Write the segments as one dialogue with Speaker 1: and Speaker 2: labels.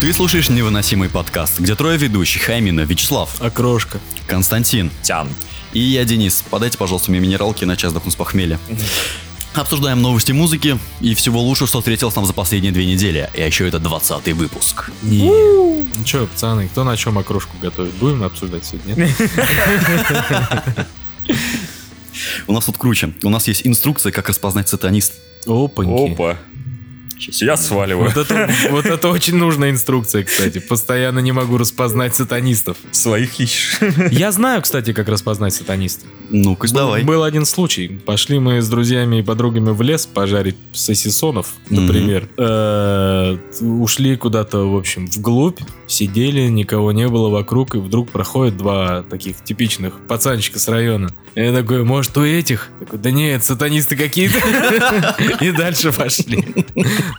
Speaker 1: Ты слушаешь невыносимый подкаст, где трое ведущих, а именно Вячеслав,
Speaker 2: Окрошка.
Speaker 1: Константин
Speaker 3: Тян.
Speaker 1: и я, Денис. Подайте, пожалуйста, мне минералки на час дохнуть с похмелья. Обсуждаем новости музыки и всего лучшего, что встретилось нам за последние две недели. И еще это 20 выпуск.
Speaker 2: Ну что, пацаны, кто на чем окрошку готовит? Будем обсуждать сегодня? нет?
Speaker 1: У нас тут круче. У нас есть инструкция, как распознать сатанист.
Speaker 2: Опаньки.
Speaker 3: Опа. Сейчас я сваливаю.
Speaker 2: Вот это, вот это очень нужная инструкция, кстати. Постоянно не могу распознать сатанистов.
Speaker 3: Своих ищешь.
Speaker 2: Я знаю, кстати, как распознать сатанистов.
Speaker 1: Ну-ка, давай.
Speaker 2: Был один случай. Пошли мы с друзьями и подругами в лес пожарить сосисонов,
Speaker 1: Мгм.
Speaker 2: например. Э, Ушли куда-то, в общем, вглубь, сидели, никого не было вокруг, и вдруг проходят два таких типичных пацанчика с района. Я такой, может, у этих? Такой, да нет, сатанисты какие-то. И дальше пошли.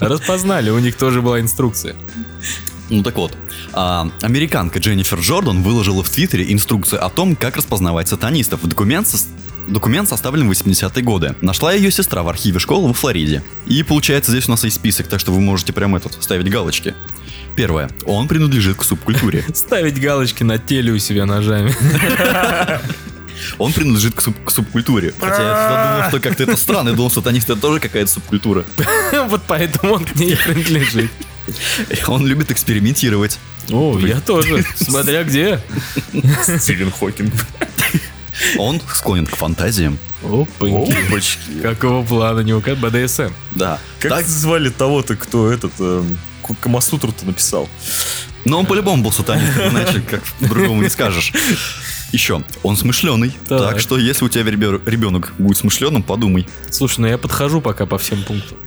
Speaker 2: Распознали, у них тоже была инструкция.
Speaker 1: Ну так вот, а, американка Дженнифер Джордан выложила в Твиттере инструкцию о том, как распознавать сатанистов. Документ, сос- документ составлен в 80-е годы. Нашла ее сестра в архиве школы во Флориде. И получается, здесь у нас есть список, так что вы можете прям этот ставить галочки. Первое. Он принадлежит к субкультуре.
Speaker 2: Ставить галочки на теле у себя ножами.
Speaker 1: Он принадлежит к, суб- к субкультуре. Хотя я всегда думал, что как-то это странно. Я думал, сатанисты это тоже какая-то субкультура.
Speaker 2: Вот поэтому он к ней и принадлежит.
Speaker 1: Он любит экспериментировать.
Speaker 2: О, я тоже. Смотря где.
Speaker 3: Стивен Хокинг.
Speaker 1: Он склонен к фантазиям.
Speaker 2: Опаньки.
Speaker 3: Опачки.
Speaker 2: Какого плана не указ? БДСМ.
Speaker 1: Да.
Speaker 3: Как
Speaker 1: Так,
Speaker 3: звали того-то, кто этот эм, К- Камасутру-то написал?
Speaker 1: Но он по-любому был сатанист, иначе как другому не скажешь. Еще, он смышленый. Так.
Speaker 2: Так.
Speaker 1: что если у тебя ребё- ребенок будет смышленым, подумай.
Speaker 2: Слушай, ну я подхожу пока по всем пунктам.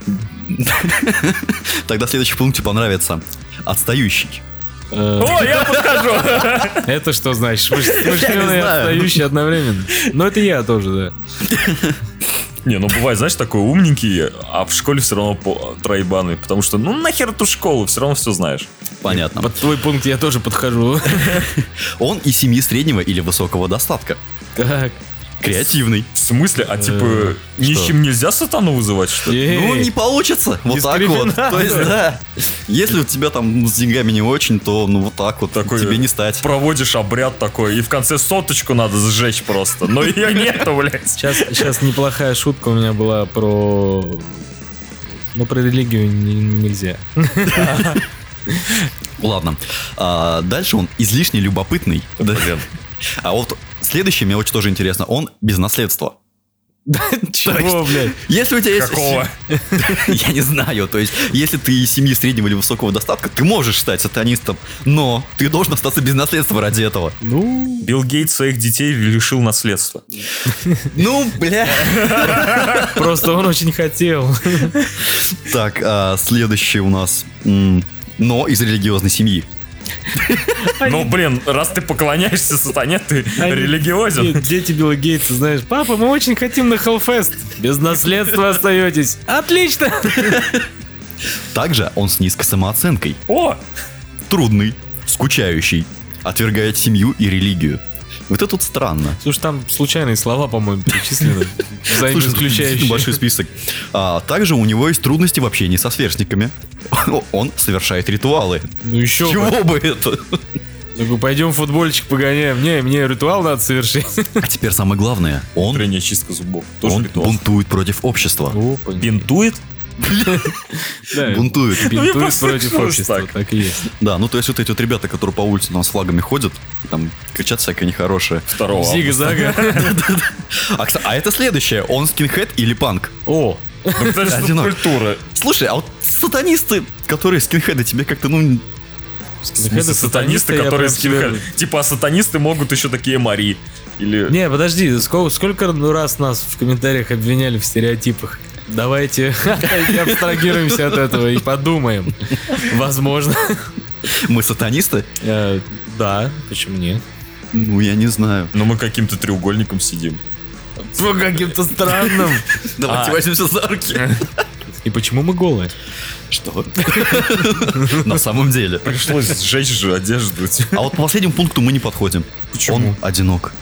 Speaker 1: Тогда следующий пункт тебе понравится. Отстающий.
Speaker 2: Э,
Speaker 3: О, я подхожу!
Speaker 2: Это что значит? Смышленый и
Speaker 1: знаю.
Speaker 2: отстающий одновременно. Ну это я тоже,
Speaker 3: Не, ну бывает, знаешь, такой умненький, а в школе все равно по- троебаный, потому что ну нахер эту школу, все равно все знаешь.
Speaker 2: да.
Speaker 1: Понятно.
Speaker 2: Под твой пункт я тоже подхожу.
Speaker 1: Он из семьи среднего или высокого достатка.
Speaker 2: Так.
Speaker 1: Креативный.
Speaker 3: В смысле? А типа
Speaker 2: Э,
Speaker 3: нищим нельзя сатану вызывать, что ли?
Speaker 1: Ну, не получится. Вот так вот.
Speaker 2: Дискриминатор.
Speaker 1: То есть, да. Если у тебя там с деньгами не очень, то ну вот так вот
Speaker 3: Такой-
Speaker 1: тебе не стать.
Speaker 3: Проводишь обряд такой, и в конце соточку надо сжечь просто. Но ее нету, блядь.
Speaker 2: Сейчас, сейчас неплохая шутка у меня была про... Ну, про религию не- нельзя.
Speaker 1: Ладно. А, дальше он излишне любопытный. Да. А вот следующий, мне очень тоже интересно, он без наследства.
Speaker 2: Чего, блядь?
Speaker 1: Если у тебя есть...
Speaker 3: Какого?
Speaker 1: Я не знаю, то есть, если ты из семьи среднего или высокого достатка, ты можешь стать сатанистом, но ты должен остаться без наследства ради этого.
Speaker 2: Ну,
Speaker 3: Билл Гейтс своих детей лишил наследства.
Speaker 1: Ну, бля.
Speaker 2: просто он очень хотел.
Speaker 1: Так, а, следующий у нас... м, Но из религиозной семьи.
Speaker 3: Ну, блин, раз ты поклоняешься сатане, ты
Speaker 2: Они-
Speaker 3: религиозен.
Speaker 2: Нет, дети Билла Гейтса, знаешь, папа, мы очень хотим на Хеллфест. Без наследства остаетесь. Отлично!
Speaker 1: Также он с низкой самооценкой.
Speaker 3: О,
Speaker 1: Трудный, скучающий, отвергает семью и религию. Вот это тут странно.
Speaker 2: Слушай, там случайные слова, по-моему, перечислены.
Speaker 1: действительно большой список. А, также у него есть трудности в общении со сверстниками. Он совершает ритуалы.
Speaker 2: Ну еще бы.
Speaker 1: Чего бы это?
Speaker 2: Такой, пойдем футбольчик погоняем. Не, мне ритуал надо совершить.
Speaker 1: А теперь самое главное. Он,
Speaker 3: утренняя чистка зубов. Тоже
Speaker 1: он
Speaker 3: ритуал.
Speaker 1: бунтует против общества.
Speaker 3: Бинтует?
Speaker 2: Да,
Speaker 1: Бунтует.
Speaker 2: бинтует
Speaker 3: Ну, я
Speaker 2: против
Speaker 3: послышалось
Speaker 2: общества.
Speaker 3: так.
Speaker 2: Так и есть.
Speaker 1: Да, ну то есть вот эти вот ребята, которые по улице там с флагами ходят, там кричат всякое нехорошее.
Speaker 3: Второго.
Speaker 2: Зига-зага.
Speaker 1: А, кс- а это следующее. Он скинхед или панк?
Speaker 2: О,
Speaker 3: Ну, потому что
Speaker 1: Одинок.
Speaker 3: культура.
Speaker 1: Слушай, а вот сатанисты, которые скинхеды, тебе как-то, ну,
Speaker 2: скинхеды,
Speaker 3: сатанисты,
Speaker 2: я
Speaker 3: которые
Speaker 2: прям
Speaker 3: скинхеды.
Speaker 2: тебя-
Speaker 3: Типа, а сатанисты могут еще такие Мари. Или...
Speaker 2: Не, подожди, сколько, сколько ну, раз нас в комментариях обвиняли в стереотипах? Давайте абстрагируемся от этого и подумаем. Возможно.
Speaker 1: мы сатанисты?
Speaker 2: Э, Да, почему нет?
Speaker 1: Ну, я не знаю.
Speaker 3: Но мы каким-то треугольником сидим.
Speaker 2: С каким-то странным.
Speaker 1: Давайте
Speaker 3: А.
Speaker 1: возьмемся за руки.
Speaker 2: И почему мы голые?
Speaker 1: Что? На самом деле.
Speaker 3: Пришлось сжечь же одежду. типа,
Speaker 1: А вот по последнему пункту мы не подходим.
Speaker 3: Почему?
Speaker 1: Он одинок.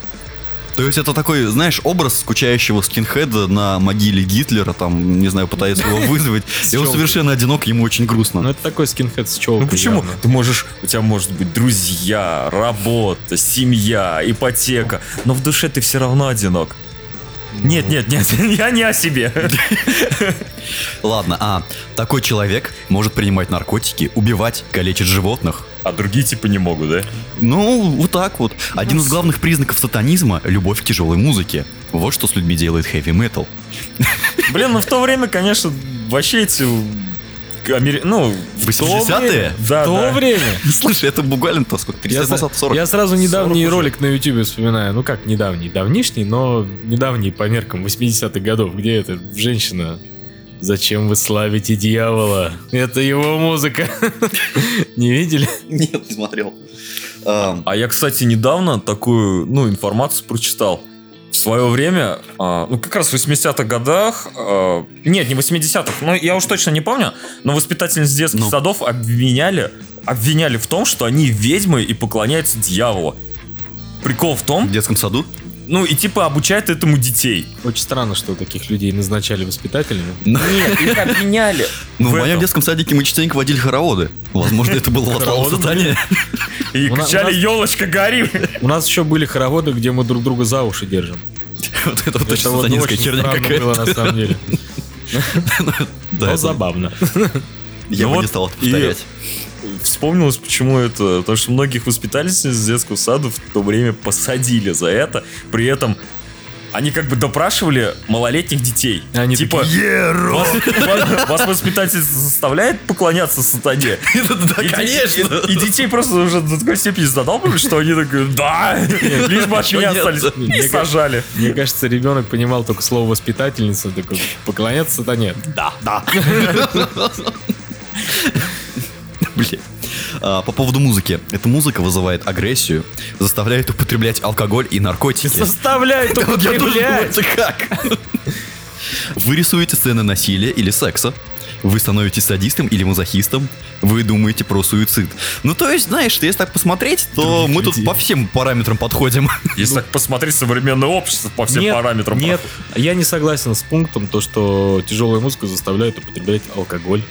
Speaker 1: То есть это такой, знаешь, образ скучающего скинхеда на могиле Гитлера, там, не знаю, пытается его вызвать. И он
Speaker 2: Счёлкой.
Speaker 1: совершенно одинок, ему очень
Speaker 2: Ну,
Speaker 1: грустно.
Speaker 2: это такой скинхед с
Speaker 3: Ну
Speaker 2: челкой.
Speaker 3: почему?
Speaker 2: явно.
Speaker 3: Ты можешь, у тебя может быть друзья, работа, семья, ипотека, но в душе ты все равно одинок. Нет, нет, нет, я не о себе.
Speaker 1: Ладно, а такой человек может принимать наркотики, убивать, калечить животных.
Speaker 3: А другие типа не могут, да?
Speaker 1: Ну, вот так вот. Один из главных признаков сатанизма – любовь к тяжелой музыке. Вот что с людьми делает хэви-метал.
Speaker 3: Блин, ну в то время, конечно, вообще эти... амери- Ну, в то
Speaker 1: 80-е?
Speaker 3: время-
Speaker 2: В
Speaker 3: Да,
Speaker 2: то
Speaker 3: да.
Speaker 2: время.
Speaker 1: Слушай, это буквально-то сколько? 30
Speaker 2: с-
Speaker 1: назад 40.
Speaker 2: я сразу
Speaker 3: 40
Speaker 2: недавний
Speaker 3: уже.
Speaker 2: ролик на Ютубе вспоминаю. Ну как недавний? Давнишний, но недавний по меркам 80-х годов. Где эта женщина? Зачем вы славите дьявола? Это его музыка. Не видели?
Speaker 1: Нет, не смотрел. Эм, Ам,
Speaker 3: А я, кстати, недавно такую, ну, информацию прочитал. В свое время, а, ну, как раз в 80-х годах, а, нет, не 80-х, ну, я уж точно не помню, но воспитательниц детских
Speaker 1: Ну.
Speaker 3: садов обвиняли, обвиняли в том, что они ведьмы и поклоняются дьяволу. Прикол в
Speaker 1: В
Speaker 3: том,
Speaker 1: детском саду?
Speaker 3: ну, и типа обучают этому детей.
Speaker 2: Очень странно, что таких людей назначали воспитателями.
Speaker 3: Нет, их обвиняли.
Speaker 1: Ну, в,
Speaker 3: В
Speaker 1: моем
Speaker 3: этом.
Speaker 1: детском садике мы частенько водили хороводы. Возможно, это было
Speaker 2: Хороводы,
Speaker 1: в задание.
Speaker 3: И
Speaker 2: У на- у
Speaker 3: кричали,
Speaker 2: нас-
Speaker 3: елочка, гори.
Speaker 2: У нас еще были хороводы, где мы друг друга за уши держим.
Speaker 1: Вот это вот
Speaker 2: Это
Speaker 1: точно
Speaker 2: вот
Speaker 1: сатанинская
Speaker 2: очень
Speaker 1: херня
Speaker 2: странно было на
Speaker 1: какая-то.
Speaker 2: самом деле.
Speaker 1: Да,
Speaker 2: Но
Speaker 1: это-
Speaker 2: забавно.
Speaker 1: я
Speaker 3: Ну
Speaker 1: бы не
Speaker 3: вот
Speaker 1: стал это
Speaker 3: и-
Speaker 1: повторять.
Speaker 3: Вспомнилось, почему это. Потому что многих воспитательниц из детского сада в то время посадили за это. При этом они как бы допрашивали малолетних детей.
Speaker 2: Они
Speaker 3: типа, вас, вас- вас воспитатель заставляет поклоняться сатане?
Speaker 1: Да,
Speaker 3: И де-
Speaker 1: конечно.
Speaker 3: И, и детей просто уже до такой степени задолбили, что они такие, да, лишь бы от
Speaker 1: чё
Speaker 3: меня
Speaker 1: нет?
Speaker 3: остались.
Speaker 2: Мне
Speaker 3: И сажали.
Speaker 2: Мне кажется, ребенок понимал только слово воспитательница, такой поклоняться сатане.
Speaker 3: Да, да.
Speaker 1: Блин. А, по поводу музыки. Эта музыка вызывает агрессию, заставляет употреблять алкоголь и наркотики.
Speaker 2: Заставляет
Speaker 1: Да вот я тоже типа, думаю, это как? Вы рисуете сцены насилия или секса. Вы становитесь садистом или мазохистом. Вы думаете про суицид. Ну, то есть, знаешь, если так посмотреть, то
Speaker 2: Других
Speaker 1: мы тут
Speaker 2: людей.
Speaker 1: по всем параметрам подходим. Ну,
Speaker 3: Если так посмотреть современное общество по всем
Speaker 2: нет,
Speaker 3: параметрам.
Speaker 2: Нет, я не согласен с пунктом, то, что тяжелая музыка заставляет употреблять алкоголь.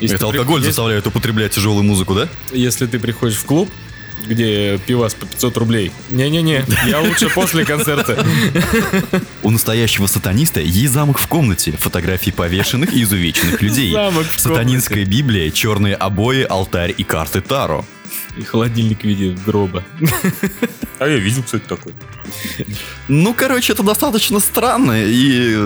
Speaker 2: Если
Speaker 1: Это
Speaker 2: ты при-
Speaker 1: алкоголь
Speaker 2: если-
Speaker 1: заставляет употреблять тяжелую музыку, да?
Speaker 2: Если ты приходишь в клуб, где пивас по 500 рублей. Не-не-не, я лучше после концерта.
Speaker 1: У настоящего сатаниста есть замок в комнате, фотографии повешенных и изувеченных людей.
Speaker 2: Замок в
Speaker 1: Сатанинская Библия, черные обои, алтарь и карты Таро.
Speaker 2: И холодильник в виде гроба.
Speaker 3: А я видел, кстати, такой.
Speaker 1: Ну, короче, это достаточно странно и... э,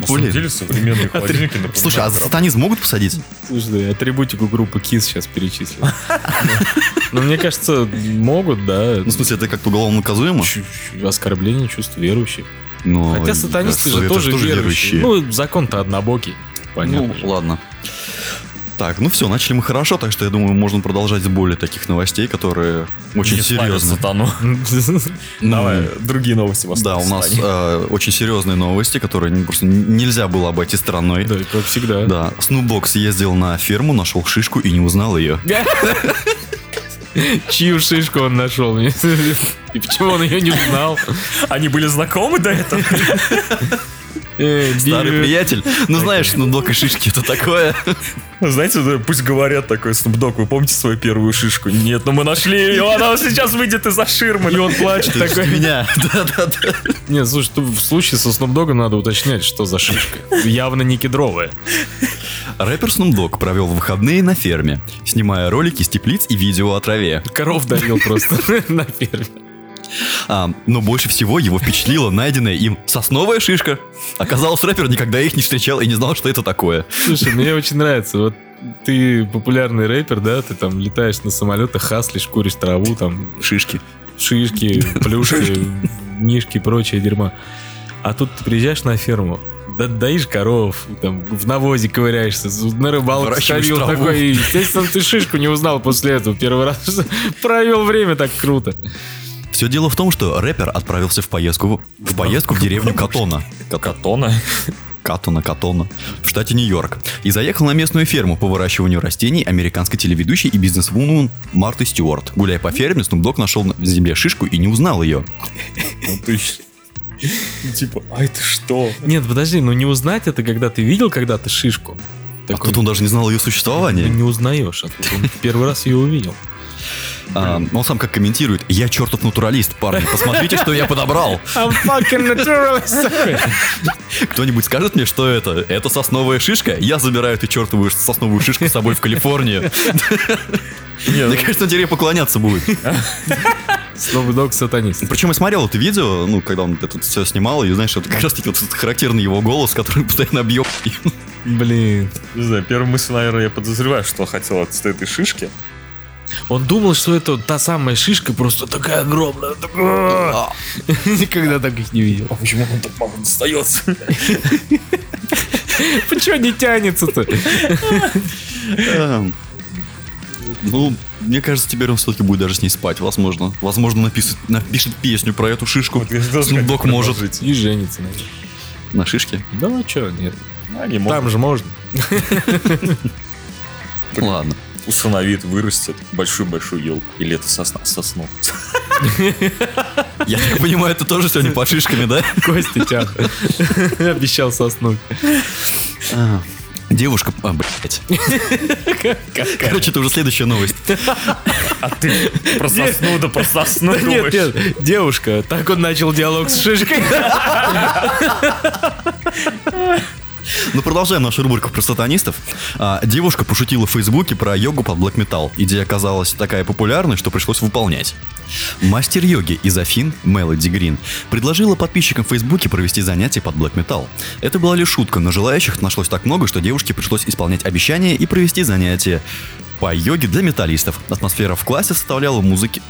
Speaker 3: На самом
Speaker 1: Блин.
Speaker 3: деле современные холодильники напоминают
Speaker 1: Слушай, а за
Speaker 3: гроб.
Speaker 1: сатанизм могут посадить?
Speaker 2: Слушай, да, атрибутику группы KISS сейчас перечислил. Но мне кажется, могут, да.
Speaker 1: Ну, в смысле, это как уголовно наказуемо?
Speaker 2: Чу- чу- Оскорбление чувств верующих.
Speaker 1: Но
Speaker 2: Хотя сатанисты же
Speaker 1: это
Speaker 2: тоже верующие. Ну, закон-то однобокий. Понятно.
Speaker 1: Ну,
Speaker 2: же.
Speaker 1: ладно. Так, ну все, начали мы хорошо, так что я думаю, можно продолжать с более таких новостей, которые очень
Speaker 3: Не славят
Speaker 1: серьезно.
Speaker 3: сатану.
Speaker 1: Ну,
Speaker 3: Давай, другие новости вас.
Speaker 1: Да, у нас э, очень серьезные новости, которые не- просто н- нельзя было обойти стороной.
Speaker 2: Да, как всегда.
Speaker 1: Да, Snoop Dogg съездил на ферму, нашел шишку и не узнал ее.
Speaker 2: Чью шишку он нашел? мне? И почему он ее не узнал?
Speaker 3: Они были знакомы до этого?
Speaker 2: Э,
Speaker 1: Старый приятель. Ну знаешь, Snoop Dogg и шишки это такое.
Speaker 3: Ну, Знаете, да, пусть говорят такой, Snoop Dogg, вы помните свою первую шишку? Нет, но мы нашли ее, она сейчас выйдет из-за ширмы.
Speaker 2: И он плачет
Speaker 1: Ты жди
Speaker 2: такой.
Speaker 1: меня. Да-да-да.
Speaker 2: Нет, слушай, тут в случае со Snoop Dogg'ом надо уточнять, что за шишка. Явно не кедровая.
Speaker 1: Рэпер Snoop Dogg провел выходные на ферме, снимая ролики с теплиц и видео о траве.
Speaker 2: Коров давил просто на ферме.
Speaker 1: А, но больше всего его впечатлила найденная им сосновая шишка. Оказалось, рэпер никогда их не встречал и не знал, что это такое.
Speaker 2: Слушай, мне очень нравится. Вот ты популярный рэпер, да? Ты там летаешь на самолетах, хаслишь, куришь траву, там
Speaker 1: Шишки.
Speaker 2: шишки, плюшки, мишки, прочее дерьма. А тут ты приезжаешь на ферму, да доишь коров, там, в навозе ковыряешься, з- на рыбалку
Speaker 1: Выращиваешь
Speaker 2: сходил
Speaker 1: траву.
Speaker 2: такой, и, естественно, ты шишку не узнал после этого первый раз. что Провел время так круто.
Speaker 1: Все дело в том, что рэпер отправился в поездку в поездку в деревню Катона.
Speaker 3: Катона.
Speaker 1: Катона, Катона, в штате Нью-Йорк, и заехал на местную ферму по выращиванию растений американской телеведущей и бизнес-вумен Марты Стюарт. Гуляя по ферме, Снупдог нашел на- в земле шишку и не узнал А ее.
Speaker 3: Ну ты ж- Типа, а это что?
Speaker 2: Нет, подожди, ну не узнать это, когда ты видел когда-то шишку.
Speaker 1: а тут он даже не знал ее
Speaker 2: не,
Speaker 1: существования.
Speaker 2: узнаешь, а тут он первый раз ее увидел.
Speaker 1: А, он сам как комментирует, я чертов натуралист, парни, посмотрите, что я подобрал. Кто-нибудь скажет мне, что это? Это сосновая шишка? Я забираю эту чертовую сосновую шишку с собой в Калифорнию.
Speaker 3: Не, ну,
Speaker 1: Мне кажется, он теперь поклоняться будет.
Speaker 2: Snoop Dogg сатанист.
Speaker 1: Причем я смотрел это видео, ну, когда он это все снимал, и, знаешь, это как раз таки вот этот характерный его голос, который постоянно бьет.
Speaker 2: Блин.
Speaker 3: ну, не знаю, первая мысль, наверное, я подозреваю, что хотел от этой шишки.
Speaker 2: Он думал, что это вот та самая шишка, просто такая огромная. такая. Никогда таких не видел.
Speaker 3: А почему он так мало достается?
Speaker 2: Почему не тянется-то?
Speaker 1: Эм, Ну, мне кажется, теперь он все-таки будет даже с ней спать, возможно. Возможно, напишет, напишет песню про эту шишку.
Speaker 3: Вот я же тоже
Speaker 1: Снупдог
Speaker 3: хотел
Speaker 1: может
Speaker 3: предложить.
Speaker 2: И женится на ней.
Speaker 1: на шишке.
Speaker 2: Да ну чё, нет.
Speaker 3: А, не может.
Speaker 2: Там же можно.
Speaker 3: Так.
Speaker 1: Ладно.
Speaker 3: Усыновит, вырастет большую-большую елку. Или это сосна? Сосну.
Speaker 1: Я так понимаю, это тоже сегодня по шишками, да?
Speaker 2: Костя Чах обещал соснуть.
Speaker 1: А, Девушка... А, блядь. Короче, это уже следующая новость.
Speaker 3: А ты про сосну да про сосну
Speaker 2: Да нет,
Speaker 3: думаешь?
Speaker 2: нет, девушка. Так он начал диалог с шишкой.
Speaker 1: Ну, продолжаем нашу рубрику про сатанистов. А, девушка пошутила в Фейсбуке про йогу под блэк металл. Идея оказалась такая популярной, что пришлось выполнять. Мастер йоги из Афин Мелоди Грин предложила подписчикам в Фейсбуке провести занятия под блэк металл. Это была лишь шутка, но желающих нашлось так много, что девушке пришлось исполнять обещания и провести занятия по йоге для металлистов. Атмосфера в классе составляла музыки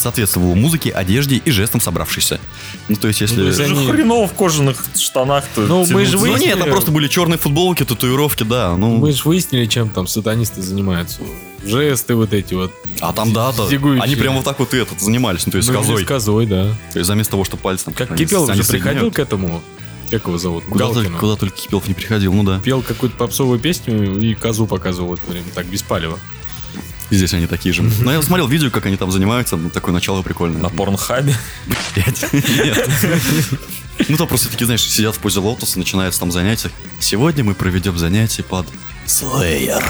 Speaker 1: соответствовала музыке, одежде и жестам собравшихся. Ну, то есть, если...
Speaker 2: Ну, то есть
Speaker 3: Это же
Speaker 2: Они-
Speaker 3: хреново в кожаных штанах-то.
Speaker 2: Ну, мы
Speaker 3: тянуть.
Speaker 2: же
Speaker 1: Ну,
Speaker 2: выяснили-
Speaker 1: нет, это просто были черные футболки, татуировки, да. Ну,
Speaker 2: Мы же выяснили, чем там сатанисты занимаются. Жесты вот эти вот.
Speaker 1: А там, да, да.
Speaker 2: Тягучие.
Speaker 1: Они прям вот так вот и этот занимались, ну, то есть
Speaker 2: Ну, или
Speaker 1: козой.
Speaker 2: с козой, да.
Speaker 1: То есть заместо того, что пальцем...
Speaker 2: Как
Speaker 1: они-
Speaker 2: Кипелов
Speaker 1: они
Speaker 2: же приходил
Speaker 1: соединяют.
Speaker 2: к этому, как его зовут,
Speaker 1: Куда только,
Speaker 2: Галкину.
Speaker 1: куда только Кипелов не приходил, ну да.
Speaker 2: Пел какую-то попсовую песню и козу показывал в это время, так, без палева.
Speaker 1: И здесь они такие же. Но я смотрел видео, как они там занимаются, ну, такое начало прикольное.
Speaker 3: На порнхабе.
Speaker 1: Блядь, Нет. Ну, там просто такие, знаешь, сидят в позе лотоса, начинается там занятия. Сегодня мы проведем занятие под... Slayer.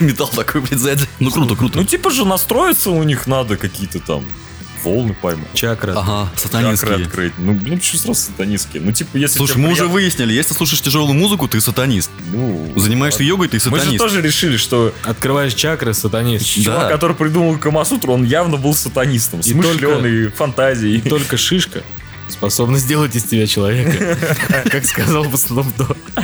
Speaker 1: Металл такой, блядь, сзади. Ну, круто,
Speaker 3: Ну,
Speaker 1: круто.
Speaker 3: типа же настроиться у них надо какие-то там волны поймать.
Speaker 2: Чакра.
Speaker 1: Ага,
Speaker 3: Чакры
Speaker 1: сатанинские.
Speaker 3: открыть. Ну, блин, почему сразу сатанинские? Ну, типа, если...
Speaker 1: Слушай,
Speaker 3: тебе
Speaker 1: мы уже
Speaker 3: приятно-
Speaker 1: выяснили, если слушаешь тяжелую музыку, ты сатанист.
Speaker 3: Ну,
Speaker 1: Занимаешься йогой, ты
Speaker 3: мы же
Speaker 1: сатанист.
Speaker 3: тоже решили, что
Speaker 2: Открываешь чакры, сатанист.
Speaker 3: чувак,
Speaker 1: Да.
Speaker 3: который придумал Камасутру, он явно был сатанистом.
Speaker 2: И только-
Speaker 3: Смышленый, фантазией.
Speaker 2: И только шишка способна сделать из тебя человека. Как сказал в основном Дог.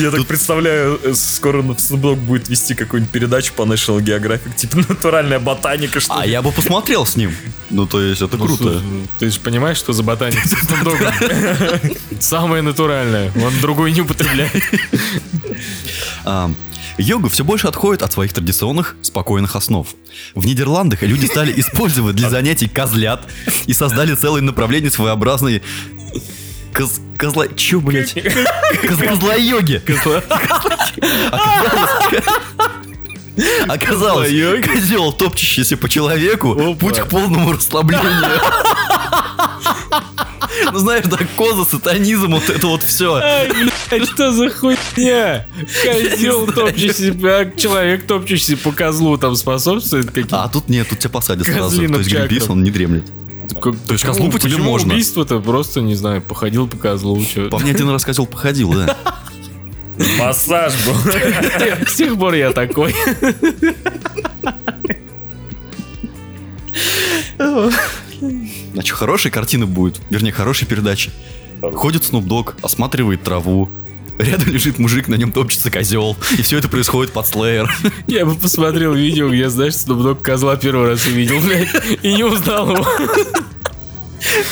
Speaker 3: Я так представляю, э, скоро Снупдог будет вести какую-нибудь передачу по National Geographic, типа натуральная ботаника, что
Speaker 1: А
Speaker 3: ли.
Speaker 1: я бы посмотрел с ним. Ну, то есть, это круто.
Speaker 2: Ты же понимаешь, что за ботаник с Snoop Dogg'ом? Самое натуральное. Он другой не употребляет.
Speaker 1: А, Йога все больше отходит от своих традиционных спокойных основ. В Нидерландах люди стали использовать для занятий козлят и создали целое направление своеобразной коз- козла... Чё, блядь? Коз- Козла-йоги. Оказалось, Оказалось,
Speaker 2: Козла-йоги.
Speaker 1: козел, топчащийся по человеку,
Speaker 2: Опа.
Speaker 1: путь к полному расслаблению. Ну знаешь, да, коза, сатанизм, вот это вот все.
Speaker 2: Что за хуйня? Козел топчущийся, а человек топчущийся по козлу там способствует каким-то.
Speaker 1: А тут нет, тут тебя посадят сразу.
Speaker 2: Козлиным
Speaker 1: То есть Гринпис,
Speaker 2: чакрам.
Speaker 1: он не дремлет.
Speaker 2: А,
Speaker 1: То есть козлу по тебе можно.
Speaker 2: убийство-то просто, не знаю, походил по козлу. чё.
Speaker 1: По мне один раз козел походил, да.
Speaker 3: Массаж был.
Speaker 2: С тех пор я такой.
Speaker 1: А что, хорошая картина будет? Вернее, хорошая передача. Ходит Снупдог, осматривает траву. Рядом лежит мужик, на нем топчется козел. И все это происходит под слеер.
Speaker 2: Я бы посмотрел видео, где, знаешь, Snoop Dogg козла первый раз увидел, блядь, и не узнал его.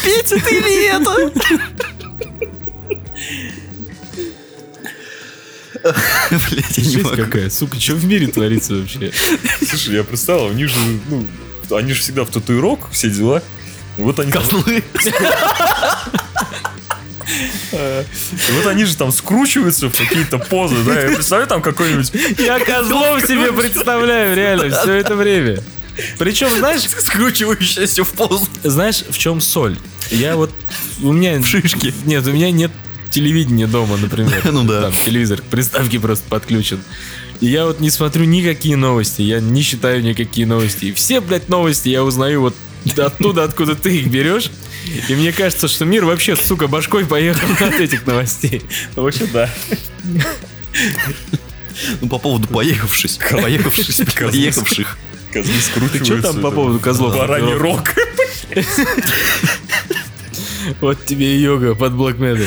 Speaker 1: Петя, ты ли это? Блять, я не
Speaker 2: Жесть
Speaker 1: могу.
Speaker 2: какая, сука, что в мире творится вообще?
Speaker 3: Слушай, я представил, они же, ну, они же всегда в татуировках, все дела. Вот они там
Speaker 1: Козлы.
Speaker 3: Э, и Вот они же там скручиваются в какие-то позы, да? Я представляю, там какой-нибудь...
Speaker 2: Я козлов себе представляю, реально, все это время. Причем, знаешь,
Speaker 1: Скручивающаяся в позу.
Speaker 2: знаешь, в чем соль? Я вот... У меня... Шишки. Нет, у меня нет телевидения дома, например.
Speaker 1: Ну да.
Speaker 2: Там телевизор к приставке просто подключен. И я вот не смотрю никакие новости, я не считаю никакие новости. И все, блядь, новости я узнаю вот оттуда, откуда ты их берешь. И мне кажется, что мир вообще, сука, башкой поехал от этих новостей.
Speaker 3: Ну, Вообще, да.
Speaker 1: Ну, по поводу поехавшись. Поехавшись. Поехавших.
Speaker 3: Козлы скручиваются.
Speaker 2: чё там по поводу козлов?
Speaker 3: Бараний рог.
Speaker 2: Вот тебе и йога под Black Metal.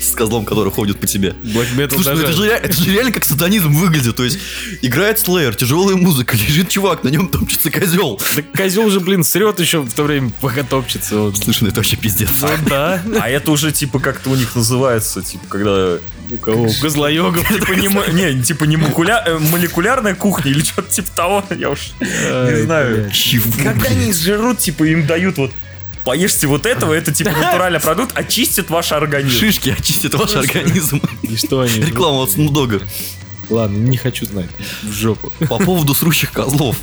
Speaker 1: С козлом, который ходит по тебе.
Speaker 2: Black Metal
Speaker 1: Слушай, ну
Speaker 2: даже-
Speaker 1: это же, ре- это же реально как сатанизм выглядит. То есть играет слэйер, тяжелая музыка, лежит чувак, на нем топчется козел.
Speaker 2: Да козел же, блин, срет еще в то время, пока топчется. он.
Speaker 1: Слушай, ну это вообще пиздец.
Speaker 2: Ну да.
Speaker 3: А это уже, типа, как-то у них называется, типа, когда...
Speaker 2: У кого? У козлоёгов.
Speaker 3: Типа, не, мо- не, типа, не мокуля- э, молекулярная кухня или что-то типа того, я уж...
Speaker 2: Не
Speaker 3: знаю.
Speaker 1: Чего,
Speaker 3: Когда
Speaker 1: блин?
Speaker 3: они жрут, типа, им дают вот... Поешьте вот этого, это типа натуральный продукт, очистит ваш организм.
Speaker 1: Шишки очистят ваш организм.
Speaker 2: И что они?
Speaker 1: Реклама от Снудога.
Speaker 2: Ладно, не хочу знать. В жопу.
Speaker 1: По поводу срущих козлов.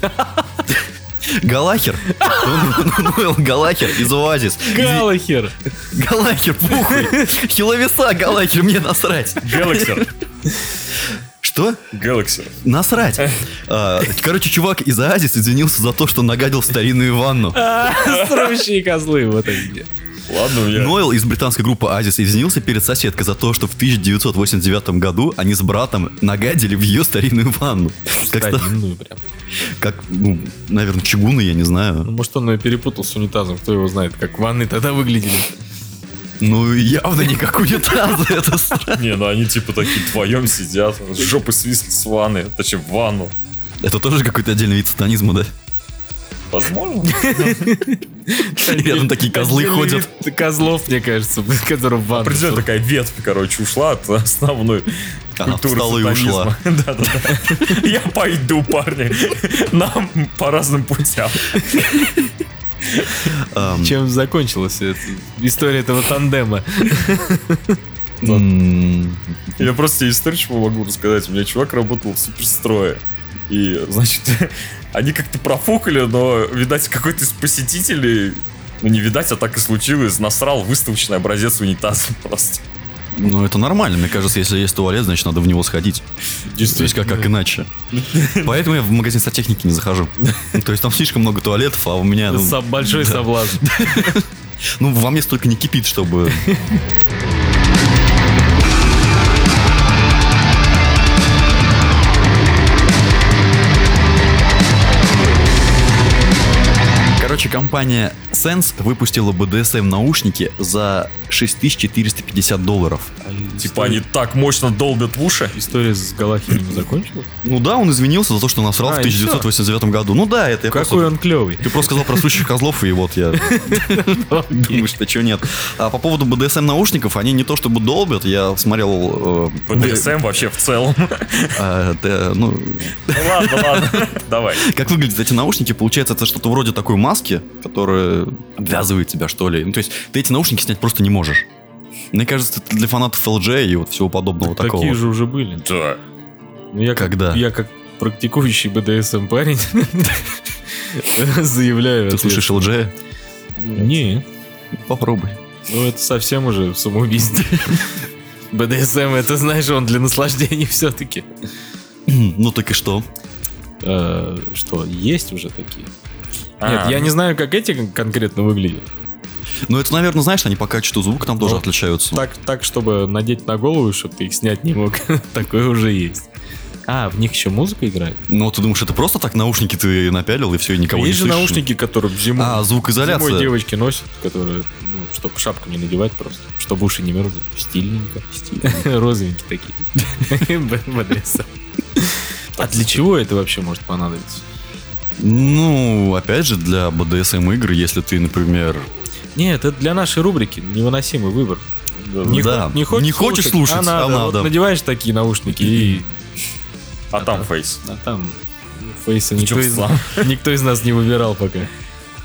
Speaker 1: Галахер. Ну, Ноэл Галахер из Оазис.
Speaker 2: Галахер.
Speaker 1: Галахер, похуй. Хиловеса Галахер, мне насрать.
Speaker 3: Гелаксер.
Speaker 1: Что?
Speaker 3: Гелаксер.
Speaker 1: Насрать. А, Короче, чувак из Оазис извинился за то, что нагадил в старинную ванну.
Speaker 2: Срущие козлы. Вот они где.
Speaker 3: Ладно, у меня...
Speaker 1: Нойл из британской группы Азис извинился перед соседкой за то, что в 1989 году они с братом нагадили в ее старинную ванну. Как-то,
Speaker 2: Старинную прям.
Speaker 1: как, ну, наверное, чугуны, я не
Speaker 2: Ну,
Speaker 1: знаю.
Speaker 2: может, он ее перепутал с унитазом. Кто его знает, как ванны тогда выглядели.
Speaker 1: Ну, явно никак унитаза, это странно.
Speaker 3: Не, ну они типа такие вдвоем сидят, с жопы свистят с ванны, точнее в ванну.
Speaker 1: Это тоже какой-то отдельный вид сатанизма, да?
Speaker 3: Возможно.
Speaker 1: Рядом такие козлы
Speaker 2: Отдельный
Speaker 1: ходят.
Speaker 2: вид Козлов, мне кажется, которые в ванну.
Speaker 3: Определенно такая ветвь, короче, ушла от основной
Speaker 1: Она
Speaker 3: культуры
Speaker 1: встала и
Speaker 3: сатанизма.
Speaker 1: ушла.
Speaker 3: Да-да-да. Я пойду, парни. Нам по разным путям.
Speaker 1: Эм,
Speaker 2: Чем закончилась эта история этого тандема?
Speaker 1: м,
Speaker 3: Я просто тебе историю чего могу рассказать. У меня чувак работал в суперстрое. И, значит, они как-то профукали, но, видать, какой-то из посетителей, ну не видать, а так и случилось, насрал выставочный образец унитаза просто.
Speaker 1: Ну, это нормально, мне кажется, если есть туалет, значит, надо в него сходить. То есть, как, как иначе. Поэтому я в магазин сантехники не захожу. То есть, там слишком много туалетов, а у меня... ну,
Speaker 2: Со- Большой соблазн.
Speaker 1: Ну, во мне столько не кипит, чтобы... Короче, компания Sense выпустила BDSM наушники за 6450 долларов.
Speaker 3: Типа они так мощно долбят в уши.
Speaker 2: История с Галахиным закончилась?
Speaker 1: Ну да, он извинился за то, что насрал
Speaker 2: А,
Speaker 1: в
Speaker 2: и
Speaker 1: 1989 году. Ну да, это я
Speaker 2: Какой
Speaker 1: просто...
Speaker 2: он клевый.
Speaker 1: Ты просто сказал про сущих козлов, и вот я думаю, что чего нет. А по поводу BDSM наушников, они не то чтобы долбят, я смотрел... э,
Speaker 3: БДСМ вообще в целом.
Speaker 1: э, да, ну,
Speaker 3: Ладно, ладно, давай.
Speaker 1: как выглядят эти наушники? Получается, это что-то вроде такой маски, которая обвязывает тебя, что ли. Ну, то есть, ты эти наушники снять просто не можешь. Мне кажется, это для фанатов LG и вот всего подобного такого.
Speaker 2: Такие же уже были.
Speaker 3: Да.
Speaker 2: Ну, я как-
Speaker 1: Когда?
Speaker 2: Я как практикующий БДСМ парень заявляю.
Speaker 1: Ты
Speaker 2: ответ.
Speaker 1: слушаешь LG?
Speaker 2: Не,
Speaker 1: Попробуй.
Speaker 2: ну это совсем уже самоубийство. БДСМ, это знаешь, он для наслаждения все-таки.
Speaker 1: Ну так и что?
Speaker 2: А, Что, есть уже такие?
Speaker 3: А.
Speaker 2: Нет, я не знаю, как эти кон- конкретно выглядят.
Speaker 1: Ну это, наверное, знаешь, они по качеству звука там тоже
Speaker 2: Ну,
Speaker 1: отличаются.
Speaker 2: Так, так, чтобы надеть на голову, чтобы ты их снять не мог. Такое уже есть. А, в них еще музыка играет?
Speaker 1: Ну ты думаешь, это просто так наушники ты напялил и все, и никого
Speaker 2: А есть
Speaker 1: не
Speaker 2: же
Speaker 1: слышишь?
Speaker 2: наушники, которые зимой...
Speaker 1: А, звукоизоляция.
Speaker 2: Зимой девочки носят, которые, ну, чтобы шапку не надевать просто, чтобы уши не мерзли. Стильненько. Розовенькие такие. БДСМ. А для чего это вообще может понадобиться?
Speaker 1: Ну, опять же, для BDSM игр, если ты, например,
Speaker 2: Нет, это для нашей рубрики невыносимый выбор. Не,
Speaker 1: Да.
Speaker 2: хо- не хочешь,
Speaker 1: Не хочешь слушать,
Speaker 2: а
Speaker 1: а
Speaker 2: надо. Вот
Speaker 1: надо.
Speaker 2: надеваешь такие наушники и
Speaker 3: А там фейс.
Speaker 2: а там фейса
Speaker 3: В чём
Speaker 2: никто, из-
Speaker 3: слава?
Speaker 2: никто из нас не выбирал пока.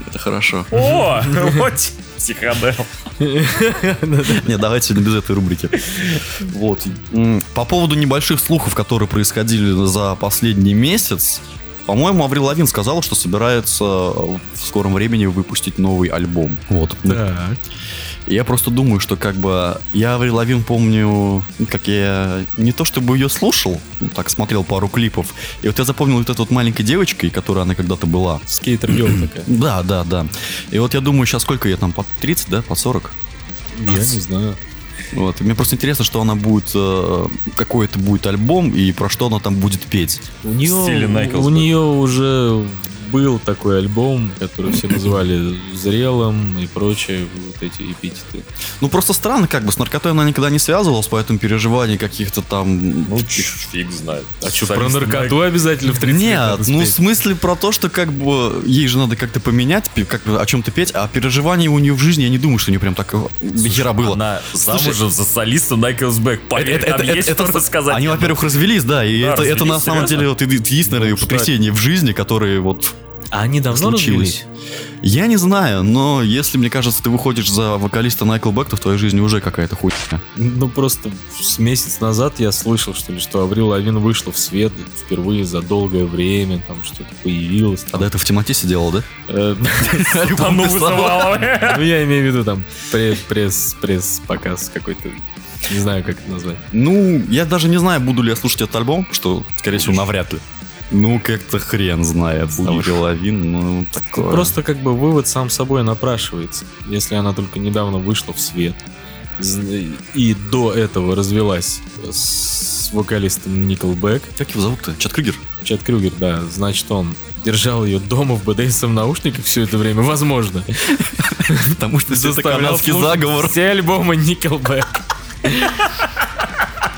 Speaker 1: это хорошо.
Speaker 3: О, вот психодел.
Speaker 1: Нет, давайте сегодня без этой рубрики. Вот. М, По поводу небольших слухов, которые происходили за последний месяц, по-моему, Аврил Лавин сказал, что собирается в скором времени выпустить новый альбом. Вот.
Speaker 2: Так.
Speaker 1: Я просто думаю, что как бы я Аврил Лавин помню, ну, как я не то чтобы ее слушал, ну, так смотрел пару клипов, и вот я запомнил вот эту вот маленькой девочкой, которая она когда-то была.
Speaker 2: Скейтер Гёрл такая.
Speaker 1: Да, да, да. И вот я думаю, сейчас сколько я там, по 30, да, по 40?
Speaker 2: Я не знаю.
Speaker 1: Вот. Мне просто интересно, что она будет, э, какой это будет альбом и про что она там будет петь.
Speaker 2: У нее,
Speaker 3: стиле Найклс
Speaker 2: у
Speaker 3: был.
Speaker 2: нее уже был такой альбом, который все называли зрелым и прочие вот эти эпитеты.
Speaker 1: Ну, просто странно, как бы, с наркотой она никогда не связывалась, поэтому переживаний каких-то там...
Speaker 3: Ну, ч- фиг знает.
Speaker 2: А что,
Speaker 3: Сами
Speaker 2: про
Speaker 3: знаете.
Speaker 2: наркоту обязательно в 30 лет
Speaker 1: Нет,
Speaker 2: надо
Speaker 1: ну, в
Speaker 2: спеть?
Speaker 1: смысле про то, что как бы ей же надо как-то поменять, пи- как бы о чем-то петь, а переживаний у нее в жизни, я не думаю, что у нее прям так э, до хера было.
Speaker 3: Она замужем за солиста Найклс Бэк. Поверь,
Speaker 1: Это- это-
Speaker 3: там
Speaker 1: это-
Speaker 3: есть
Speaker 1: это-
Speaker 3: что рассказать.
Speaker 1: Они, во-первых, развелись, да, и
Speaker 3: Да,
Speaker 1: это, это на
Speaker 3: развелись,
Speaker 1: самом деле вот, и- и есть, наверное, ее
Speaker 3: Ну,
Speaker 1: потрясение в жизни, которые вот...
Speaker 2: А они давно
Speaker 1: случилось.
Speaker 2: развелись?
Speaker 1: Я не знаю, но если, мне кажется, ты выходишь за вокалиста Найкл Бэк, то в твоей жизни уже какая-то хуйня.
Speaker 2: Ну, просто с месяц назад я слышал, что ли, что Аврил Лавин вышла в свет впервые за долгое время, там что-то появилось.
Speaker 1: А
Speaker 2: там.
Speaker 1: до этого в темноте сидела, да?
Speaker 2: Э,
Speaker 3: Сатану вызывала.
Speaker 2: Ну, я имею в виду там пре- пресс, пресс-показ какой-то. Не знаю, как это назвать.
Speaker 1: Ну, я даже не знаю, буду ли я слушать этот альбом, что, скорее всего, навряд ли. Ну, как-то хрен знает.
Speaker 2: Будешь.
Speaker 1: Аврил Лавин, ну, такое.
Speaker 2: Просто как бы вывод сам собой напрашивается. Если она только недавно вышла в свет з- и до этого развелась с вокалистом Николбэк,
Speaker 1: Как его зовут-то? Чат Крюгер?
Speaker 2: Чет Крюгер, да, значит он держал ее дома в БДСМ наушниках все это время, возможно.
Speaker 1: Потому что это
Speaker 2: Заставлял
Speaker 1: канадский
Speaker 2: слушать
Speaker 1: заговор.
Speaker 2: Все альбомы Николбэк.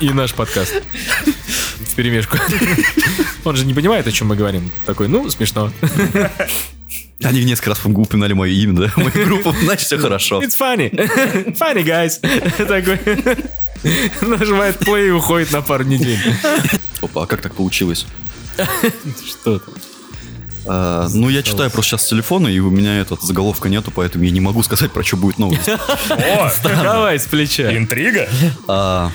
Speaker 2: И наш подкаст. В перемешку. Он же не понимает, о чем мы говорим. Такой, ну, смешно.
Speaker 1: Они несколько раз по-моему, упоминали мое имя, да? Мою группу, значит, все хорошо.
Speaker 2: It's funny. Funny, guys. Такой. Нажимает play и уходит на пару недель.
Speaker 1: Опа, а как так получилось?
Speaker 2: Что там?
Speaker 1: А, ну, я читаю просто сейчас с телефона, и у меня этот заголовка нету, поэтому я не могу сказать, про что будет новость.
Speaker 3: О,
Speaker 2: Давай с плеча.
Speaker 3: интрига.
Speaker 1: А,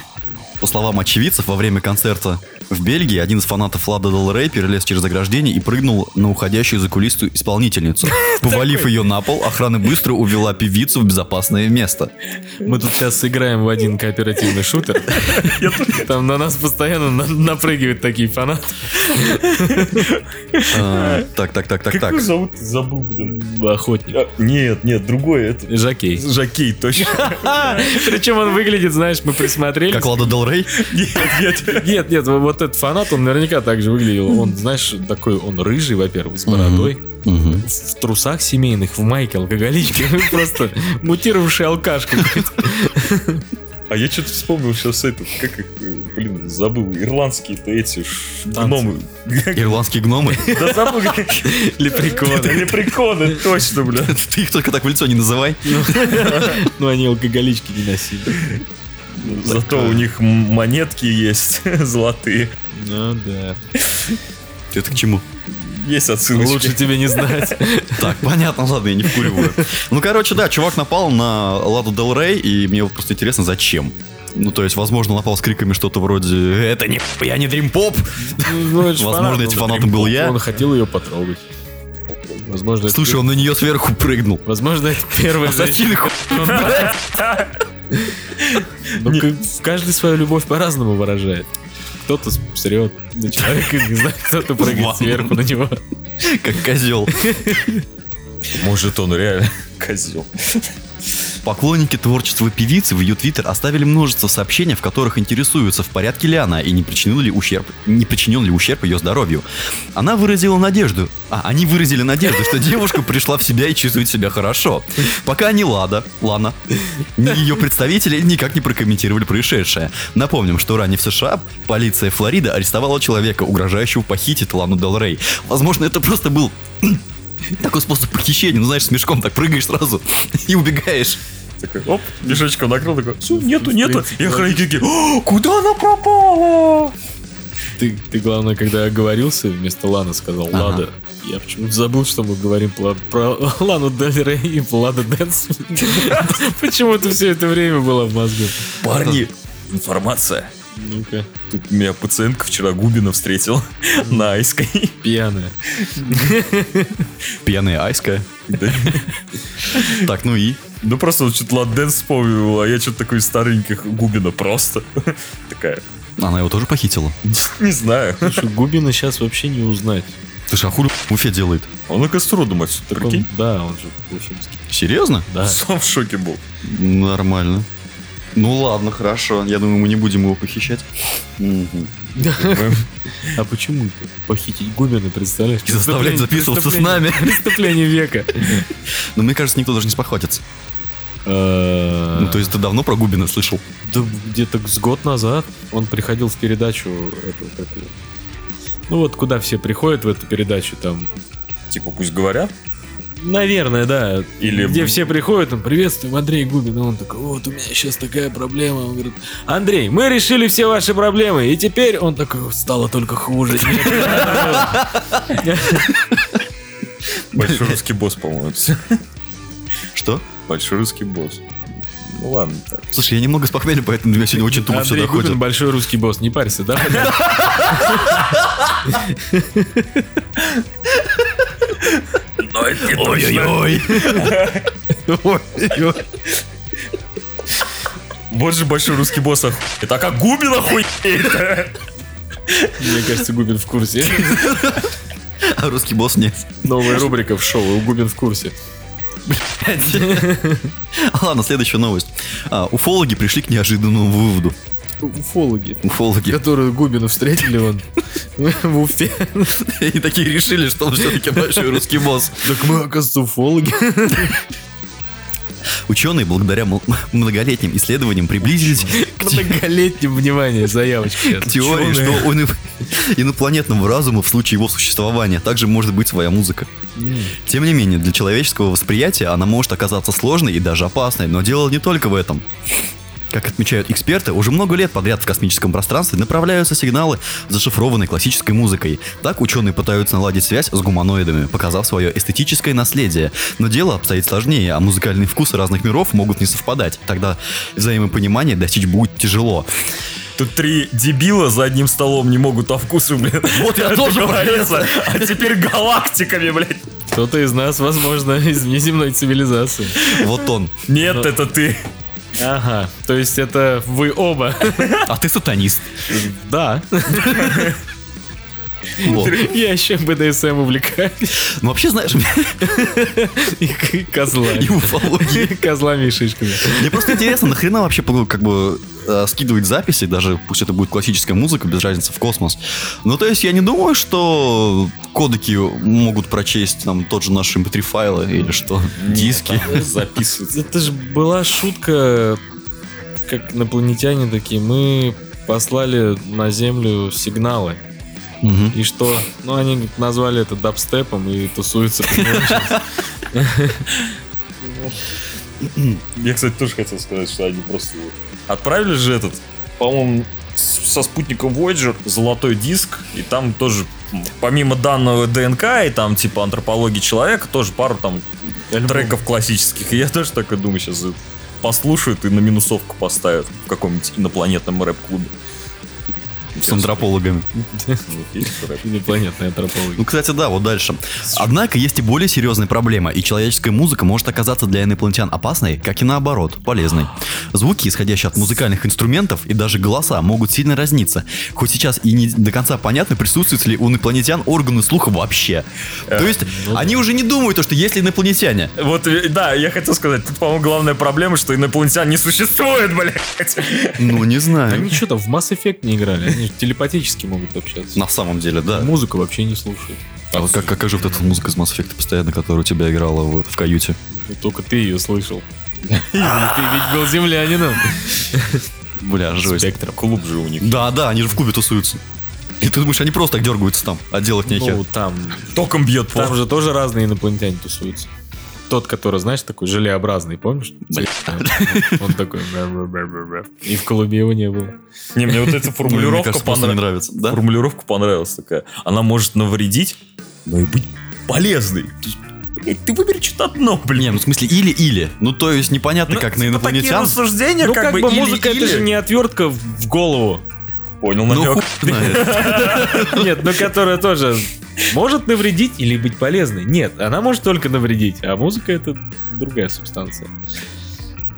Speaker 1: по словам очевидцев, во время концерта в Бельгии один из фанатов Лада Дел Рей перелез через ограждение и прыгнул на уходящую за кулису исполнительницу. Повалив ее на пол, охрана быстро увела певицу в безопасное место.
Speaker 2: Мы тут сейчас сыграем в один кооперативный шутер. Там на нас постоянно на- напрыгивают такие фанаты.
Speaker 1: А, Так, так, так, так,
Speaker 3: Как
Speaker 1: так.
Speaker 3: его зовут? Забыл, блин.
Speaker 2: Охотник.
Speaker 3: А, Нет, нет, другой это.
Speaker 2: Жакей.
Speaker 3: Жакей, точно.
Speaker 2: А, Причем он выглядит, знаешь, мы присмотрели.
Speaker 1: Как Лада Дел Рей?
Speaker 3: Нет, нет.
Speaker 2: Нет, нет, вот этот фанат, он наверняка так же выглядел. Он, знаешь, такой, он рыжий, во-первых, с бородой.
Speaker 1: Мгм.
Speaker 2: в трусах семейных, в майке алкоголичке. Просто мутировавший алкаш какой-то.
Speaker 3: А я что-то вспомнил сейчас это, как их, э, блин, забыл, ирландские-то эти ш-
Speaker 2: Танцы.
Speaker 3: гномы.
Speaker 1: Ирландские гномы.
Speaker 3: Да забыл, как- Это
Speaker 2: Лепреконы.
Speaker 3: лепреконы, точно, бля.
Speaker 1: Ты их только так в лицо не называй.
Speaker 2: Ну, они алкоголички не носили.
Speaker 3: Зато у них м- монетки есть золотые.
Speaker 2: Ну да.
Speaker 1: Ты это к чему?
Speaker 3: Есть
Speaker 2: Лучше
Speaker 3: отсылочки.
Speaker 2: тебе не знать.
Speaker 1: Так, понятно, ладно, я не вкуриваю. Ну, короче, да, чувак напал на Ладу Дел Рей, и мне вот просто интересно, зачем. Ну, то есть, возможно, напал с криками что-то вроде «Это не п- я не дримпоп!»
Speaker 2: Ну,
Speaker 1: Возможно, этим фанатом был я.
Speaker 2: Он хотел ее потрогать. Возможно, это-
Speaker 1: Слушай, он на нее сверху прыгнул.
Speaker 2: Возможно, это первый
Speaker 1: Ассасин, ху-
Speaker 2: Ну, к- Каждый свою любовь по-разному выражает. Кто-то срет на человека, не знаю, кто-то прыгает
Speaker 1: Вау.
Speaker 2: сверху на него.
Speaker 1: как козел.
Speaker 3: Может, он реально козел.
Speaker 1: Поклонники творчества певицы в ее твиттер оставили множество сообщений, в которых интересуются, в порядке ли она и не причинил ли ущерб, не причинен ли ущерб ее здоровью. Она выразила надежду, а они выразили надежду, что девушка пришла в себя и чувствует себя хорошо. Пока ни Лада, Лана, ни ее представители никак не прокомментировали происшедшее. Напомним, что ранее в США полиция Флорида арестовала человека, угрожающего похитить Лану Дел Рей. Возможно, это просто был такой способ похищения, ну знаешь, с мешком так прыгаешь сразу и убегаешь.
Speaker 3: Такой, оп, мешочком накрыл, такой, все, нету,
Speaker 2: В
Speaker 3: нету.
Speaker 2: принципе,
Speaker 3: И охранники такие, «О, куда она «А, пропала?
Speaker 2: Ты, ты, главное, когда оговорился, вместо Лана сказал
Speaker 1: Ага.
Speaker 2: Лада. Я почему-то забыл, что мы говорим пла- про, Лану Дель Рей и Лада Дэнс. Почему-то все это время было в мозгу.
Speaker 3: Парни, информация.
Speaker 2: Ну-ка,
Speaker 3: Тут меня пациентка вчера Губина встретила на Айской.
Speaker 2: пьяная.
Speaker 1: Пьяная айская.
Speaker 3: Да.
Speaker 1: Так, ну и?
Speaker 3: Ну просто вот что-то Ладен вспомнил, а я что-то такой из стареньких Губина просто. Такая,
Speaker 1: Она его тоже похитила.
Speaker 3: не знаю.
Speaker 2: Слушай, Губина сейчас вообще не узнать.
Speaker 1: Ты ж а хули в Уфе делает?
Speaker 3: Он на костру думать,
Speaker 2: Так он-
Speaker 3: прикинь.
Speaker 2: да, он же Уфимский.
Speaker 1: Серьезно?
Speaker 2: Да.
Speaker 3: Сам в шоке был.
Speaker 1: Нормально. Ну ладно, хорошо. Я думаю, мы не будем его похищать. Мгм.
Speaker 2: А почему похитить Губина, представляешь?
Speaker 1: И заставлять записываться с нами.
Speaker 2: Преступление века.
Speaker 1: Но мне кажется, никто даже не спохватится. Ну,
Speaker 2: Ну,
Speaker 1: то есть ты давно про Губина слышал?
Speaker 2: Да где-то с год назад он приходил в передачу. эту, как ее, ну вот куда все приходят в эту передачу там.
Speaker 3: Типа, пусть говорят.
Speaker 2: Наверное, да.
Speaker 3: Или-
Speaker 2: Где все приходят, там, приветствуем, Андрей Губин. И он такой, вот у меня сейчас такая проблема. Он говорит, Андрей, мы решили все ваши проблемы. И теперь он такой, стало только хуже.
Speaker 3: Большой русский босс, по-моему. это всё.
Speaker 1: Что?
Speaker 3: Большой русский босс. Ну ладно, так.
Speaker 1: Слушай, я немного с похмелья, поэтому до меня сегодня очень тупо все
Speaker 2: Андрей
Speaker 1: доходит.
Speaker 2: Губин, большой русский босс, не парься, да?
Speaker 1: Ой-ой-ой. Ой-ой-ой.
Speaker 3: Вот же большой русский босс охуеет. А как Губин охуеет?
Speaker 2: Мне кажется, Губин в курсе.
Speaker 1: А русский босс нет.
Speaker 2: Новая рубрика в шоу, у Губин в курсе.
Speaker 1: Ладно, следующая новость. А, Уфологи пришли к неожиданному выводу.
Speaker 2: Уфологи.
Speaker 1: Уфологи.
Speaker 2: которую Губина встретили он в Уфе.
Speaker 1: И такие решили, что он все-таки большой русский босс.
Speaker 2: Так мы, оказывается, уфологи.
Speaker 1: Ученые благодаря мол- многолетним исследованиям приблизились к те-
Speaker 2: Многолетним, внимание, заявочка сейчас.
Speaker 1: теории,
Speaker 2: Ученые.
Speaker 1: что у инов- инопланетного разума в случае его существования также может быть своя музыка.
Speaker 2: М,
Speaker 1: Тем не менее, для человеческого восприятия она может оказаться сложной и даже опасной, но дело не только в этом. Как отмечают эксперты, уже много лет подряд в космическом пространстве направляются сигналы, зашифрованные классической музыкой. Так ученые пытаются наладить связь с гуманоидами, показав свое эстетическое наследие. Но дело обстоит сложнее, а музыкальные вкусы разных миров могут не совпадать. Тогда взаимопонимание достичь будет тяжело.
Speaker 3: Тут три дебила за одним столом не могут о вкусу, блин.
Speaker 1: Вот я тоже про
Speaker 3: договориться. А теперь галактиками, блядь.
Speaker 2: Кто-то из нас, возможно, из внеземной цивилизации.
Speaker 1: Вот он.
Speaker 3: Нет, это ты.
Speaker 2: Ага, то есть это вы оба.
Speaker 1: А ты сатанист.
Speaker 2: Да,
Speaker 1: Вот.
Speaker 2: я еще БДСМ увлекаюсь.
Speaker 1: Ну вообще, знаешь,
Speaker 2: И к- козлами.
Speaker 1: и уфология
Speaker 2: Козлами и шишками.
Speaker 1: Мне просто интересно, нахрена вообще ну, как бы э, скидывать записи, даже пусть это будет классическая музыка, без разницы в космос. Ну, то есть я не думаю, что кодеки могут прочесть там тот же наш mp3 файлы или что, диски.
Speaker 3: Записывается.
Speaker 2: Это же была шутка, как инопланетяне такие. Мы послали на Землю сигналы.
Speaker 1: Мгм.
Speaker 2: И что? Ну, они говорит, назвали это дабстепом и тусуются.
Speaker 3: Я, кстати, тоже хотел сказать, что они просто... Отправили же этот, по-моему, с- со спутником Voyager золотой диск, и там тоже м, помимо данного ДНК и там типа антропологии человека, тоже пару там треков классических. И я тоже так и думаю, сейчас послушают и на минусовку поставят в каком-нибудь инопланетном рэп-клубе.
Speaker 1: С антропологами.
Speaker 2: Инопланетные
Speaker 1: Ну,
Speaker 2: антропологи.
Speaker 1: кстати, да, вот дальше. Однако есть и более серьезная проблема, и человеческая музыка может оказаться для инопланетян опасной, как и наоборот, полезной. Звуки, исходящие от музыкальных инструментов и даже голоса, могут сильно разниться. Хоть сейчас и не до конца понятно, присутствуют ли у инопланетян органы слуха вообще. То есть, они уже не думают, то, что если инопланетяне.
Speaker 3: Вот, э, да, я хотел сказать, тут, по-моему, главная проблема, что инопланетян не существует, блядь.
Speaker 1: Ну, не знаю.
Speaker 2: Они что там, в Mass Effect не играли? Они же телепатически могут общаться.
Speaker 1: На самом деле, да.
Speaker 2: Музыку вообще не слушают.
Speaker 1: А вот как, как, как же вот эта музыка из Mass Effect постоянно, которая у тебя играла вот в каюте?
Speaker 2: Ну, Только ты ее слышал. ну, Ты ведь был землянином.
Speaker 1: Бля, жесть.
Speaker 2: Спектром.
Speaker 3: Клуб же у них.
Speaker 1: Да, да, они же в кубе тусуются. И ты думаешь, они просто так дергаются там, а делать нехер.
Speaker 2: Ну, там...
Speaker 3: Током бьет
Speaker 2: Там
Speaker 3: пол.
Speaker 2: же тоже разные инопланетяне тусуются. тот, который, знаешь, такой желеобразный, помнишь?
Speaker 1: Бля.
Speaker 2: Он такой... бра-бра-бра-бра-бра. И в Колумбе его не было.
Speaker 3: Не, мне вот эта
Speaker 1: Мне
Speaker 3: формулировка
Speaker 1: кажется, просто не
Speaker 3: понравилась.
Speaker 1: нравится. Да?
Speaker 3: Формулировка понравилась такая. Она может навредить, но и быть полезной. То есть, блядь, ты выбери что-то одно, блин.
Speaker 1: Не, ну в смысле или-или. Ну то есть непонятно,
Speaker 3: Ну,
Speaker 1: как на
Speaker 3: типа, Такие
Speaker 1: инопланетян.
Speaker 3: рассуждения,
Speaker 2: Ну, как бы
Speaker 3: или-
Speaker 2: музыка, это
Speaker 3: или.
Speaker 2: же не отвертка в голову.
Speaker 3: Понял
Speaker 1: Ну хуй
Speaker 3: намек. Типа
Speaker 1: знает.
Speaker 2: Нет, ну которая тоже может навредить или быть полезной. Нет, она может только навредить, а музыка это другая субстанция.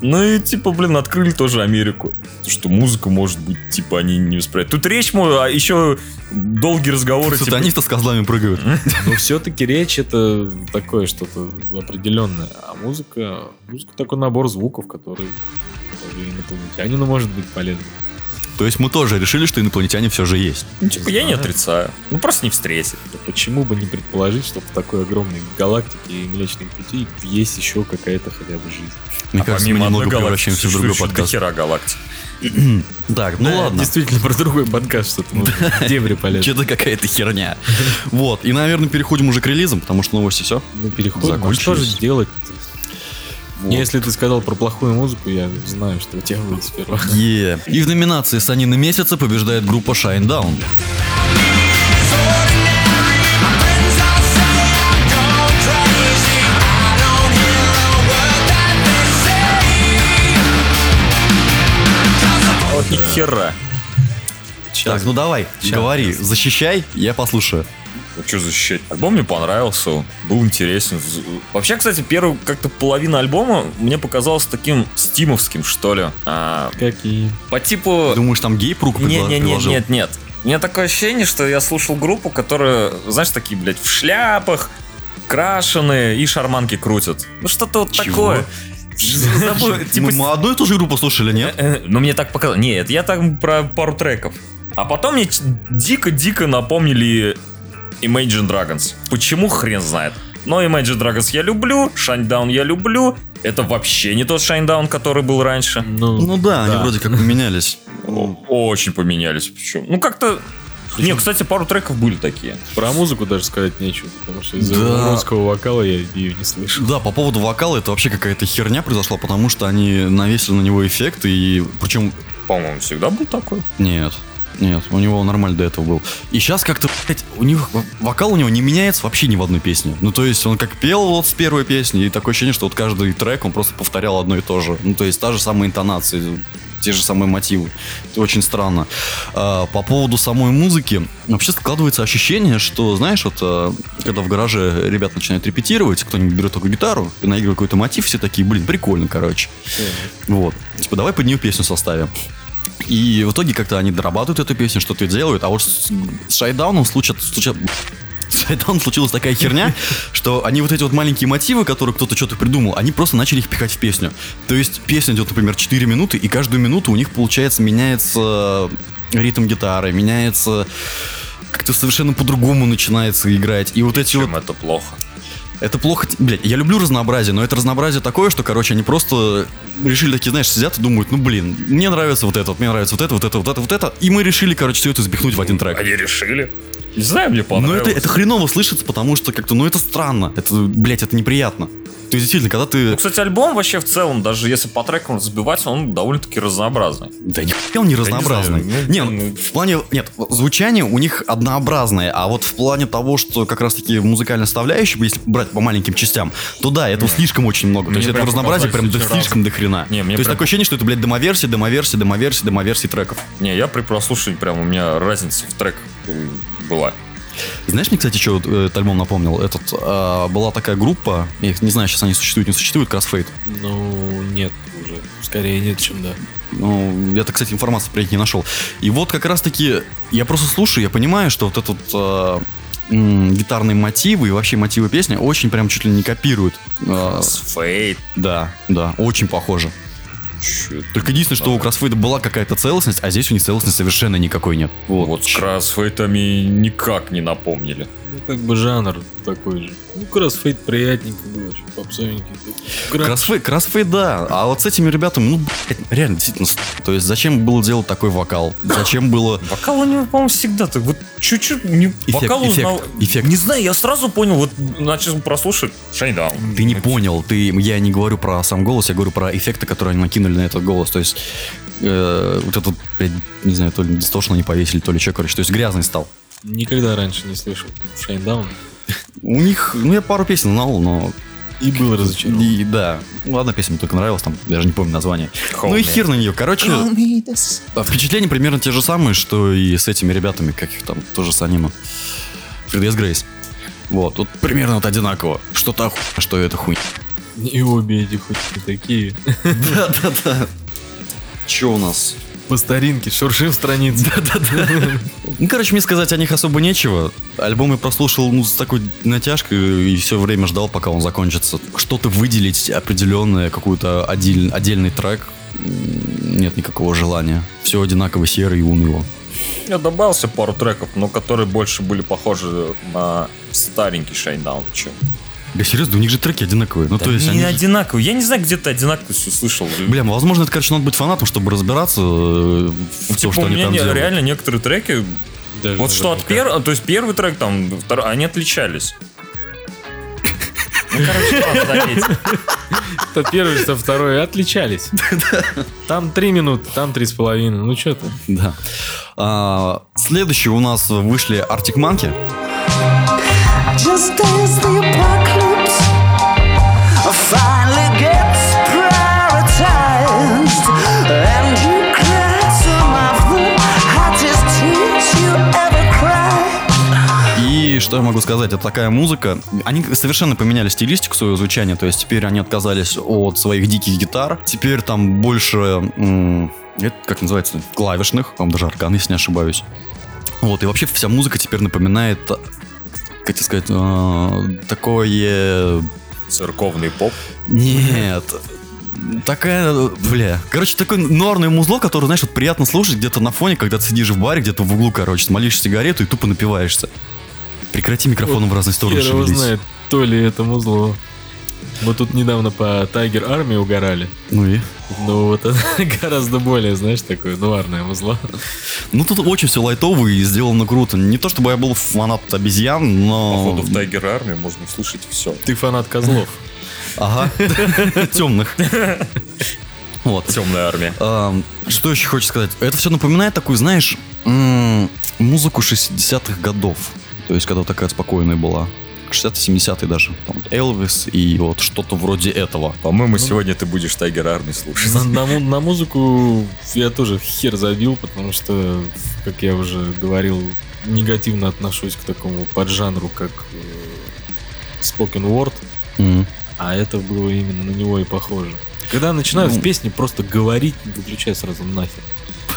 Speaker 3: Ну и типа, блин, открыли тоже Америку. То, что музыка может быть, типа, они не воспринимают. Тут речь, мо- а еще долгие разговоры, типа,
Speaker 1: Сатанисты с козлами прыгают.
Speaker 2: Но все-таки речь это такое что-то определенное. А музыка, музыка такой набор звуков, который даже инопланетянину может быть полезным.
Speaker 1: То есть мы тоже решили, что инопланетяне все же есть.
Speaker 3: ну, типа, я не
Speaker 2: знаю.
Speaker 3: отрицаю. Ну, просто не встретил.
Speaker 2: Да почему бы не предположить, что в такой огромной галактике и Млечном Пути есть еще какая-то хотя бы жизнь?
Speaker 1: Мне
Speaker 3: А
Speaker 1: кажется, мы
Speaker 3: помимо
Speaker 1: немного
Speaker 3: одной галактики
Speaker 1: превращаемся в другой
Speaker 3: существует
Speaker 1: подкаст.
Speaker 3: дохера галактик.
Speaker 1: Так, ну
Speaker 2: Да,
Speaker 1: ладно.
Speaker 2: Э, Действительно, про другой подкаст что-то. мы в Дебри полез.
Speaker 1: Че-то какая-то херня. Вот, и, наверное, переходим уже к релизам, потому что новости все.
Speaker 2: Ну, переходим. А
Speaker 1: Закончились.
Speaker 2: что же делать? Если ты сказал про плохую музыку, я знаю, что у тебя будет сперва.
Speaker 1: Е. И в номинации «Санины месяца» побеждает группа Shine Down.
Speaker 3: А Вот ни хера.
Speaker 1: Так, ну давай,
Speaker 3: Щас,
Speaker 1: говори, защищай, я послушаю.
Speaker 3: Ну, что защищать? Альбом мне понравился, он был интересен. З- Вообще, кстати, первую как-то половина альбома мне показалась таким стимовским, что ли. А,
Speaker 2: Какие?
Speaker 3: по типу...
Speaker 1: Думаешь, там гейп руку
Speaker 3: Нет,
Speaker 1: предла-
Speaker 3: нет, нет,
Speaker 1: приложил?
Speaker 3: нет, нет. У меня такое ощущение, что я слушал группу, которая, знаешь, такие, блядь, в шляпах, крашеные и шарманки крутят. Ну что-то вот
Speaker 1: Чего? Ну,
Speaker 3: такое. Забыл, типа,
Speaker 1: Мы, мы одну и ту же группу слушали, нет?
Speaker 3: э, э, ну мне так показалось. Нет, я там про пару треков. А потом мне ч- дико-дико напомнили Imagine Dragons. Почему хрен знает? Но Imagine Dragons я люблю, Shinedown я люблю. Это вообще не тот Shinedown, который был раньше.
Speaker 1: Ну да, они
Speaker 2: Да.
Speaker 1: вроде как поменялись.
Speaker 3: О- Очень поменялись. Причем. Ну как-то. Не, кстати, пару треков были такие.
Speaker 2: Про музыку даже сказать нечего, потому что из-за
Speaker 1: Да.
Speaker 2: русского вокала я ее не слышал.
Speaker 1: Да, по поводу вокала, это вообще какая-то херня произошла, потому что они навесили на него эффект, и причем...
Speaker 3: По-моему, всегда был такой.
Speaker 1: Нет, нет, у него нормально до этого был. И сейчас как-то, блядь, у них в- вокал у него не меняется вообще ни в одной песне. Ну, то есть он как пел вот в первой песне, и такое ощущение, что вот каждый трек он просто повторял одно и то же. Ну, то есть та же самая интонация, те же самые мотивы. Это очень странно. А, по поводу самой музыки, вообще складывается ощущение, что, знаешь, вот э, когда в гараже ребят начинают репетировать, кто-нибудь берет только гитару и наигрывает какой-то мотив, все такие, блин, прикольно, короче. Вот. Типа, давай под нее песню составим. И в итоге как-то они дорабатывают эту песню, что-то делают. А вот с с Шайдауном случат- случат- с Шайдауном случилась такая херня, что они вот эти вот маленькие мотивы, которые кто-то что-то придумал, они просто начали их пихать в песню. То есть песня идет, например, 4 минуты, и каждую минуту у них, получается, меняется ритм гитары, меняется как-то совершенно по-другому начинается играть. И вот эти вот
Speaker 3: Чем Хм, это плохо.
Speaker 1: это плохо, т- блядь, я люблю разнообразие, но это разнообразие такое, что, короче, они просто решили такие, знаешь, сидят и думают, ну, блин, мне нравится вот это, вот, мне нравится вот это, вот это, вот это, вот это, и мы решили, короче, все это сбихнуть в один трек.
Speaker 3: Они решили. Ну, Не знаю, мне
Speaker 1: Но
Speaker 3: понравилось.
Speaker 1: это, это хреново слышится, потому что как-то, ну, это странно, это, блядь, это неприятно. То есть, действительно, когда
Speaker 3: Ну,
Speaker 1: ты...
Speaker 3: кстати, альбом вообще в целом, даже если по трекам разбивать, он довольно-таки разнообразный.
Speaker 1: Да не он не разнообразный.
Speaker 3: знаю, ну,
Speaker 1: Не, ну,
Speaker 3: ну,
Speaker 1: в плане... Нет, звучание у них однообразное, а вот в плане того, что как раз-таки музыкальная составляющая, если брать по маленьким частям, то да, этого слишком очень много.
Speaker 3: Мне
Speaker 1: то есть этого
Speaker 3: прям
Speaker 1: разнообразия прям
Speaker 3: показалось
Speaker 1: до-
Speaker 3: очень
Speaker 1: слишком до хрена.
Speaker 3: Не, мне
Speaker 1: то есть
Speaker 3: прям-
Speaker 1: такое ощущение, что это, блядь, домоверсия, домоверсия, домоверсия, домоверсия треков.
Speaker 3: Не, я при прослушивании прям у меня разница в треках э, была.
Speaker 1: Знаешь, мне, кстати, что этот альбом напомнил? Этот, а, была такая группа, я их не знаю, сейчас они существуют, не существуют, Crossfade.
Speaker 2: Ну, нет уже. Скорее нет, чем да.
Speaker 1: Ну, я-то, кстати, информации про них не нашел. И вот как раз-таки я просто слушаю, я понимаю, что вот этот вот, э, м, гитарные мотивы и вообще мотивы песни очень прям чуть ли не копируют. Э,
Speaker 3: С Фейт.
Speaker 1: да, да, очень похоже.
Speaker 3: Чё это?
Speaker 1: Только единственное, что у Красфейда была какая-то целостность, а здесь у них целостности совершенно никакой нет.
Speaker 3: Вот, с кроссфейтами никак не напомнили.
Speaker 2: Ну, как бы жанр такой же. Ну, кроссфейт приятненький был, очень попсовенький. Гра-
Speaker 1: Красфейд, Красфейд, да. А вот с этими ребятами, ну, блядь, реально, действительно, с***. то есть зачем было делать такой вокал? Зачем было...
Speaker 3: Вокал у него, по-моему, всегда так. Вот чуть-чуть не... вокал у
Speaker 1: эффект,
Speaker 3: него-
Speaker 1: эффект.
Speaker 3: Не знаю, я сразу понял, вот начал прослушать Шайдаун.
Speaker 1: Ты не понял, ты, я не говорю про сам голос, я говорю про эффекты, которые они накинули на этот голос. То есть э, вот этот, блядь, не знаю, то ли дистошн они повесили, то ли что, короче, то есть грязный стал.
Speaker 2: Никогда раньше не слышал Шайндаун.
Speaker 1: У них, ну, я пару песен знал, но...
Speaker 2: И был разочарован.
Speaker 1: И, да, ну, одна песня мне только нравилась, там, даже не помню название. ну и хер на нее, короче, а впечатления примерно те же самые, что и с этими ребятами, как их там, тоже с аниме. Фридес Грейс. Вот, тут примерно это одинаково. Что-то оху... что это хуй.
Speaker 2: И обе эти хуйни такие.
Speaker 1: Да-да-да. Че у нас?
Speaker 2: По старинке, шуршим страницы.
Speaker 1: Ну, короче, мне сказать о них особо нечего. Альбом я прослушал ну, с такой натяжкой и все время ждал, пока он закончится. Что-то выделить определенное, какую-то отдель- отдельный трек, м, нет никакого желания. Все одинаково серо и уныло.
Speaker 3: Я добавился пару треков, но которые больше были похожи на старенький Шайндаун, чем.
Speaker 1: Да серьезно, у них же треки одинаковые. Ну, то есть
Speaker 3: не
Speaker 1: они...
Speaker 3: одинаковые. Я не знаю, где ты одинаковость услышал.
Speaker 1: Бля, ну, возможно, это, короче, надо быть фанатом, чтобы разбираться э, в том,
Speaker 3: Типа,
Speaker 1: что
Speaker 3: у
Speaker 1: они
Speaker 3: меня
Speaker 1: там
Speaker 3: не-
Speaker 1: делают.
Speaker 3: реально некоторые треки,
Speaker 2: Даже
Speaker 3: вот что от
Speaker 2: наверняка.
Speaker 3: первого, то есть первый трек там, второй, они отличались. Ну, короче, ладно, заметь.
Speaker 2: Что первый, что второй отличались. Там три минуты, там три с половиной. Ну что ты?
Speaker 1: Да. А, следующие у нас вышли Arctic Monkey.
Speaker 4: Just as the apocalypse finally gets prioritized, and you cry some of the hottest tears you ever cried.
Speaker 1: И что я могу сказать, это такая музыка. Они совершенно поменяли стилистику своего звучания, то есть теперь они отказались от своих диких гитар. Теперь там больше, м, это как называется, клавишных, там даже аркан, если не ошибаюсь. Вот, и вообще вся музыка теперь напоминает, как тебе сказать, а, такое
Speaker 3: Церковный поп.
Speaker 1: Нет. Такая, бля. Короче, такое норное музло, которое, знаешь, вот приятно слушать где-то на фоне, когда ты сидишь в баре, где-то в углу, короче, смолишь сигарету и тупо напиваешься. Прекрати микрофоном в разные стороны
Speaker 2: Хер его
Speaker 1: шевелить.
Speaker 2: знает, то ли это музло. Мы тут недавно по Tiger Army угорали.
Speaker 1: Ну и?
Speaker 2: Ну вот это гораздо более, знаешь, такое нуарное музло.
Speaker 1: Ну тут очень все лайтово и сделано круто. Не то чтобы я был фанат обезьян, но...
Speaker 3: Походу в Tiger Army можно услышать все.
Speaker 2: Ты фанат козлов.
Speaker 1: Ага. Темных. Вот.
Speaker 3: Темная армия.
Speaker 1: Ам, Эм, Что еще хочешь сказать? Это все напоминает такую, знаешь, м, музыку 60-х годов. То есть, когда такая спокойная была. 60-70-е даже. Там Элвис и вот что-то вроде этого.
Speaker 3: По-моему, сегодня ты будешь Tiger Army слушать.
Speaker 2: На, на му- на музыку я тоже хер забил, потому что, как я уже говорил, негативно отношусь к такому поджанру, как э, spoken word.
Speaker 1: М.
Speaker 2: А это было именно на него и похоже. Когда начинают
Speaker 1: Ну.
Speaker 2: в песне просто говорить, выключай сразу нахер.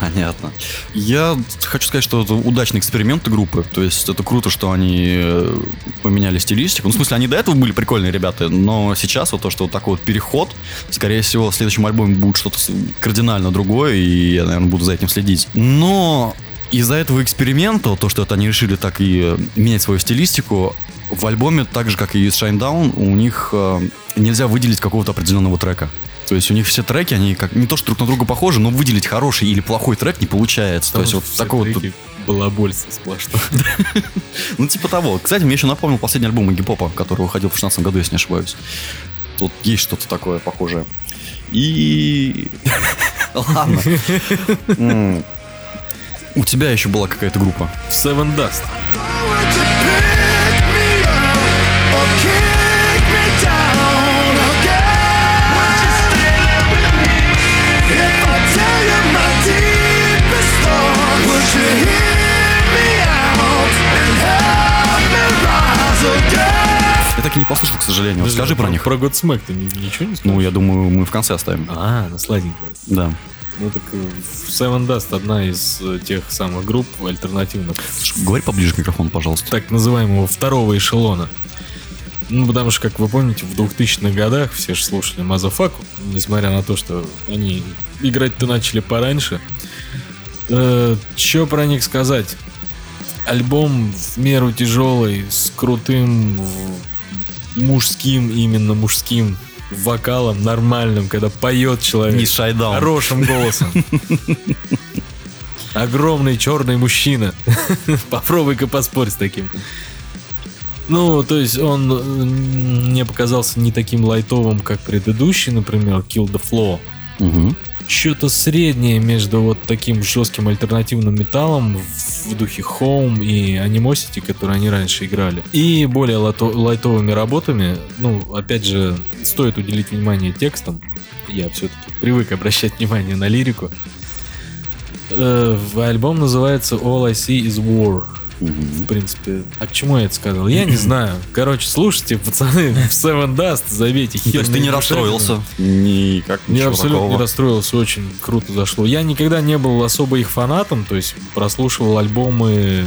Speaker 1: Понятно. Я хочу сказать, что это удачный эксперимент группы. То есть это круто, что они э, поменяли стилистику. Ну, в смысле, они до этого были прикольные ребята, но сейчас вот то, что вот такой вот переход, скорее всего, в следующем альбоме будет что-то с- кардинально другое, и я, наверное, буду за этим следить. Но из-за этого эксперимента, то, что это они решили так и э, менять свою стилистику, в альбоме, так же, как и с Shinedown, у них э, нельзя выделить какого-то определенного трека. То есть у них все треки, они как не то, что друг на друга похожи, но выделить хороший или плохой трек не получается.
Speaker 2: Потому
Speaker 1: то
Speaker 2: что
Speaker 1: есть вот
Speaker 2: все
Speaker 1: такого...
Speaker 2: треки балабольство сплошное.
Speaker 1: Ну, типа того. Кстати, мне еще напомнил последний альбом Игги Попа, который выходил в 16 году, если не ошибаюсь. Тут есть что-то такое похожее. И... Ладно. М. У тебя еще была какая-то группа.
Speaker 2: Seven Dust.
Speaker 1: Ну,
Speaker 4: Would you pick me up or kick me down again? Would you stay with me if I tell you my deepest thought? Would you hear me out and help me rise again?
Speaker 1: Я так и не послушал, к сожалению. Скажи про них.
Speaker 2: Про Godsmack ты ни- ничего не
Speaker 1: Ну,
Speaker 2: скажешь?
Speaker 1: я думаю, мы в конце оставим.
Speaker 2: А, ну сладенькое.
Speaker 1: Да.
Speaker 2: Ну так э, Seven Dust одна из э, тех самых групп альтернативных,
Speaker 1: Говори поближе к микрофону, пожалуйста.
Speaker 2: так называемого второго эшелона. Ну, потому что, как вы помните, в 2000-х годах все же слушали Мазафаку, несмотря на то, что они играть-то начали пораньше. Э, чё про них сказать? Альбом в меру тяжелый, с крутым в- мужским, именно мужским вокалом, нормальным, когда поет человек.
Speaker 1: Не шайдаун.
Speaker 2: Хорошим голосом. Огромный черный мужчина. Попробуй-ка поспорь с таким. Ну, то есть он м, мне показался не таким лайтовым, как предыдущий, например, Kill the Flow.
Speaker 1: Мгм. Ну,
Speaker 2: Что-то среднее между вот таким жестким альтернативным металлом в в духе Home и Animosity, которые они раньше играли, и более лато- лайтовыми работами. Ну, опять же, стоит уделить внимание текстам. Я все-таки привык обращать внимание на лирику. Э, в- альбом называется All I See Is War. В
Speaker 1: Мгм.
Speaker 2: принципе, а к чему я это сказал? Я не знаю. Короче, слушайте, пацаны, в Seven Dust забейте
Speaker 1: Ну,
Speaker 2: хер.
Speaker 1: То есть ты не
Speaker 2: на
Speaker 1: расстроился?
Speaker 3: Никак
Speaker 2: я
Speaker 3: ничего
Speaker 2: абсолютно
Speaker 3: такого.
Speaker 2: не расстроился, очень круто зашло. Я никогда не был особо их фанатом, то есть прослушивал альбомы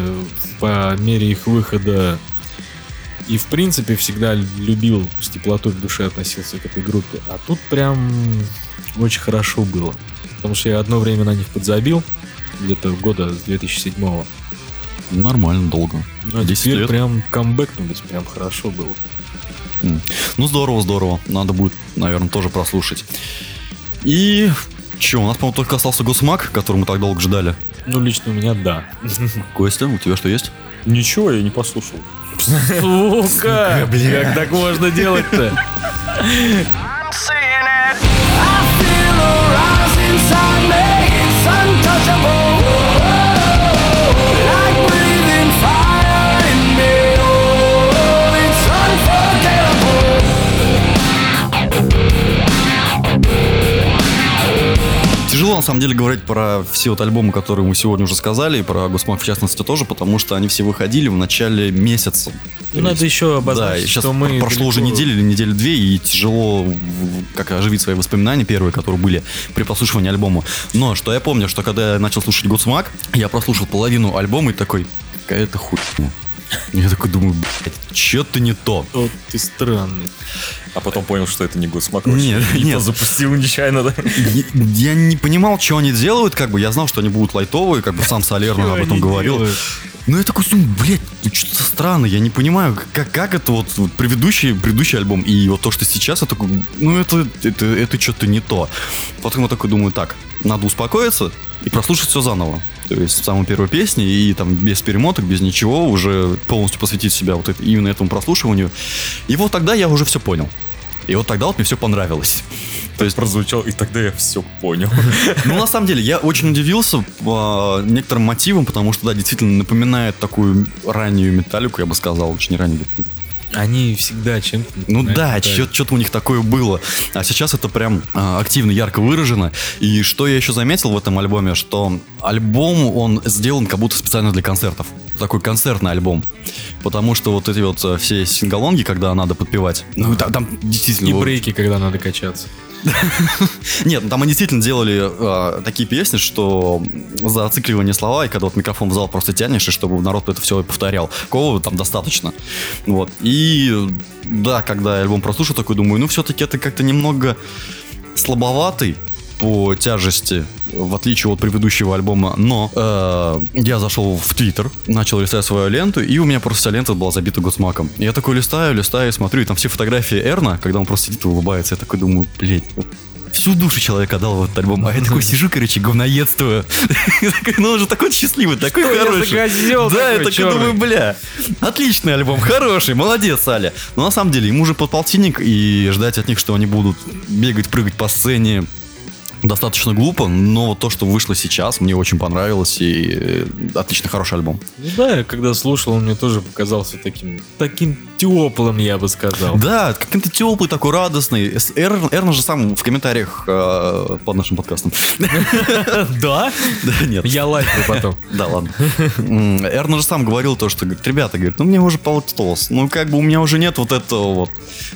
Speaker 2: по мере их выхода. И в принципе всегда любил, с теплотой в душе относился к этой группе. А тут прям очень хорошо было. Потому что я одно время на них подзабил, где-то года с 2007-го.
Speaker 1: Нормально, долго. 10
Speaker 2: Но Ну, а теперь
Speaker 1: лет.
Speaker 2: прям камбэкнулись, прям хорошо было.
Speaker 1: Ну, здорово, здорово. Надо будет, наверное, тоже прослушать. И... Че, у нас, по-моему, только остался Госмак, который мы так долго ждали.
Speaker 2: Ну, лично у меня да.
Speaker 1: Костя, у тебя что есть?
Speaker 3: Ничего я не послушал.
Speaker 2: Сука! Как так можно делать-то?
Speaker 1: Тяжело, на самом деле, говорить про все вот альбомы, которые мы сегодня уже сказали, и про Госмак, в частности, тоже, потому что они все выходили в начале месяца.
Speaker 2: Ну, надо еще
Speaker 1: Да,
Speaker 2: обозначить,
Speaker 1: и сейчас
Speaker 2: что мы...
Speaker 1: прошло уже
Speaker 2: далеко-
Speaker 1: неделя или недели две, и тяжело в- как оживить свои воспоминания первые, которые были при прослушивании альбома. Но что я помню, что когда я начал слушать Гусмак, я прослушал половину альбома и такой, какая-то хуйня. Я такой думаю, блядь, что-то не то.
Speaker 2: Вот ты странный.
Speaker 3: А потом понял, что это не Гудсмак.
Speaker 1: Нет, нет.
Speaker 3: запустил нечаянно, да?
Speaker 1: Я, я не понимал, что они делают, как бы я знал, что они будут лайтовые, как бы сам Солер нам
Speaker 2: Чё
Speaker 1: об этом
Speaker 2: они
Speaker 1: говорил.
Speaker 2: делают?
Speaker 1: Ну я такой, думаю, блядь, ну что-то странно, я не понимаю, как, как это вот, вот предыдущий, предыдущий альбом и вот то, что сейчас, я такой, ну это, это, это что-то не то. Потом я такой думаю, так, надо успокоиться и прослушать все заново. То есть самую первую песню и там без перемоток, без ничего, уже полностью посвятить себя вот это- именно этому прослушиванию. И вот тогда я уже все понял. И вот тогда вот мне все понравилось.
Speaker 3: То есть прозвучал, и тогда я все понял.
Speaker 1: Ну, на самом деле, я очень удивился а, некоторым мотивам, потому что, да, действительно напоминает такую раннюю металлику, я бы сказал, очень раннюю.
Speaker 2: Они всегда чем-то...
Speaker 1: Ну
Speaker 2: напоминают
Speaker 1: да,
Speaker 2: детали.
Speaker 1: что-то у них такое было. А сейчас это прям а, активно, ярко выражено. И что я еще заметил в этом альбоме, что альбом, он сделан как будто специально для концертов. Такой концертный альбом. Потому что вот эти вот а, все сингалонги, когда надо подпевать, ну там, там действительно...
Speaker 2: И
Speaker 1: вот-
Speaker 2: брейки, когда надо качаться.
Speaker 1: Нет, ну там они действительно делали э, такие песни, что зацикливание слова, и когда вот микрофон в зал просто тянешь, и чтобы народ это все повторял. Кого там достаточно. Вот. И э, да, когда я альбом прослушал, такой думаю, ну все-таки это как-то немного слабоватый по тяжести, в отличие от предыдущего альбома, но э, я зашел в Твиттер, начал листать свою ленту, и у меня просто вся лента была забита Гудсмаком. Я такой листаю, листаю, смотрю, и там все фотографии Эрна, когда он просто сидит и улыбается, я такой думаю, блядь, вот всю душу человека отдал в этот альбом, а я такой сижу, короче, говноедствую. Я такой, Ну он же такой счастливый, такой
Speaker 2: я за
Speaker 1: хороший.
Speaker 2: козёл
Speaker 1: Да, я
Speaker 2: такой
Speaker 1: такой думаю,
Speaker 2: чёрный?
Speaker 1: Бля, отличный альбом, хороший, молодец, Аля. Но на самом деле, ему уже подполтинник, и ждать от них, что они будут бегать, прыгать по сцене, достаточно глупо, но вот то, что вышло сейчас, мне очень понравилось, и э, отлично хороший альбом.
Speaker 2: Ну да, я когда слушал, он мне тоже показался таким... Таким теплым, я бы сказал.
Speaker 1: Да, какой-то теплый, такой радостный. С- Эрн, Эрн же сам в комментариях э, под нашим подкастом.
Speaker 2: Да?
Speaker 1: Да, нет.
Speaker 2: Я лайкну потом.
Speaker 1: Да, ладно. М, Эрн же сам говорил то, что, говорит, ребята, говорит, ну мне уже полтос. Ну как бы у меня уже нет вот этого вот,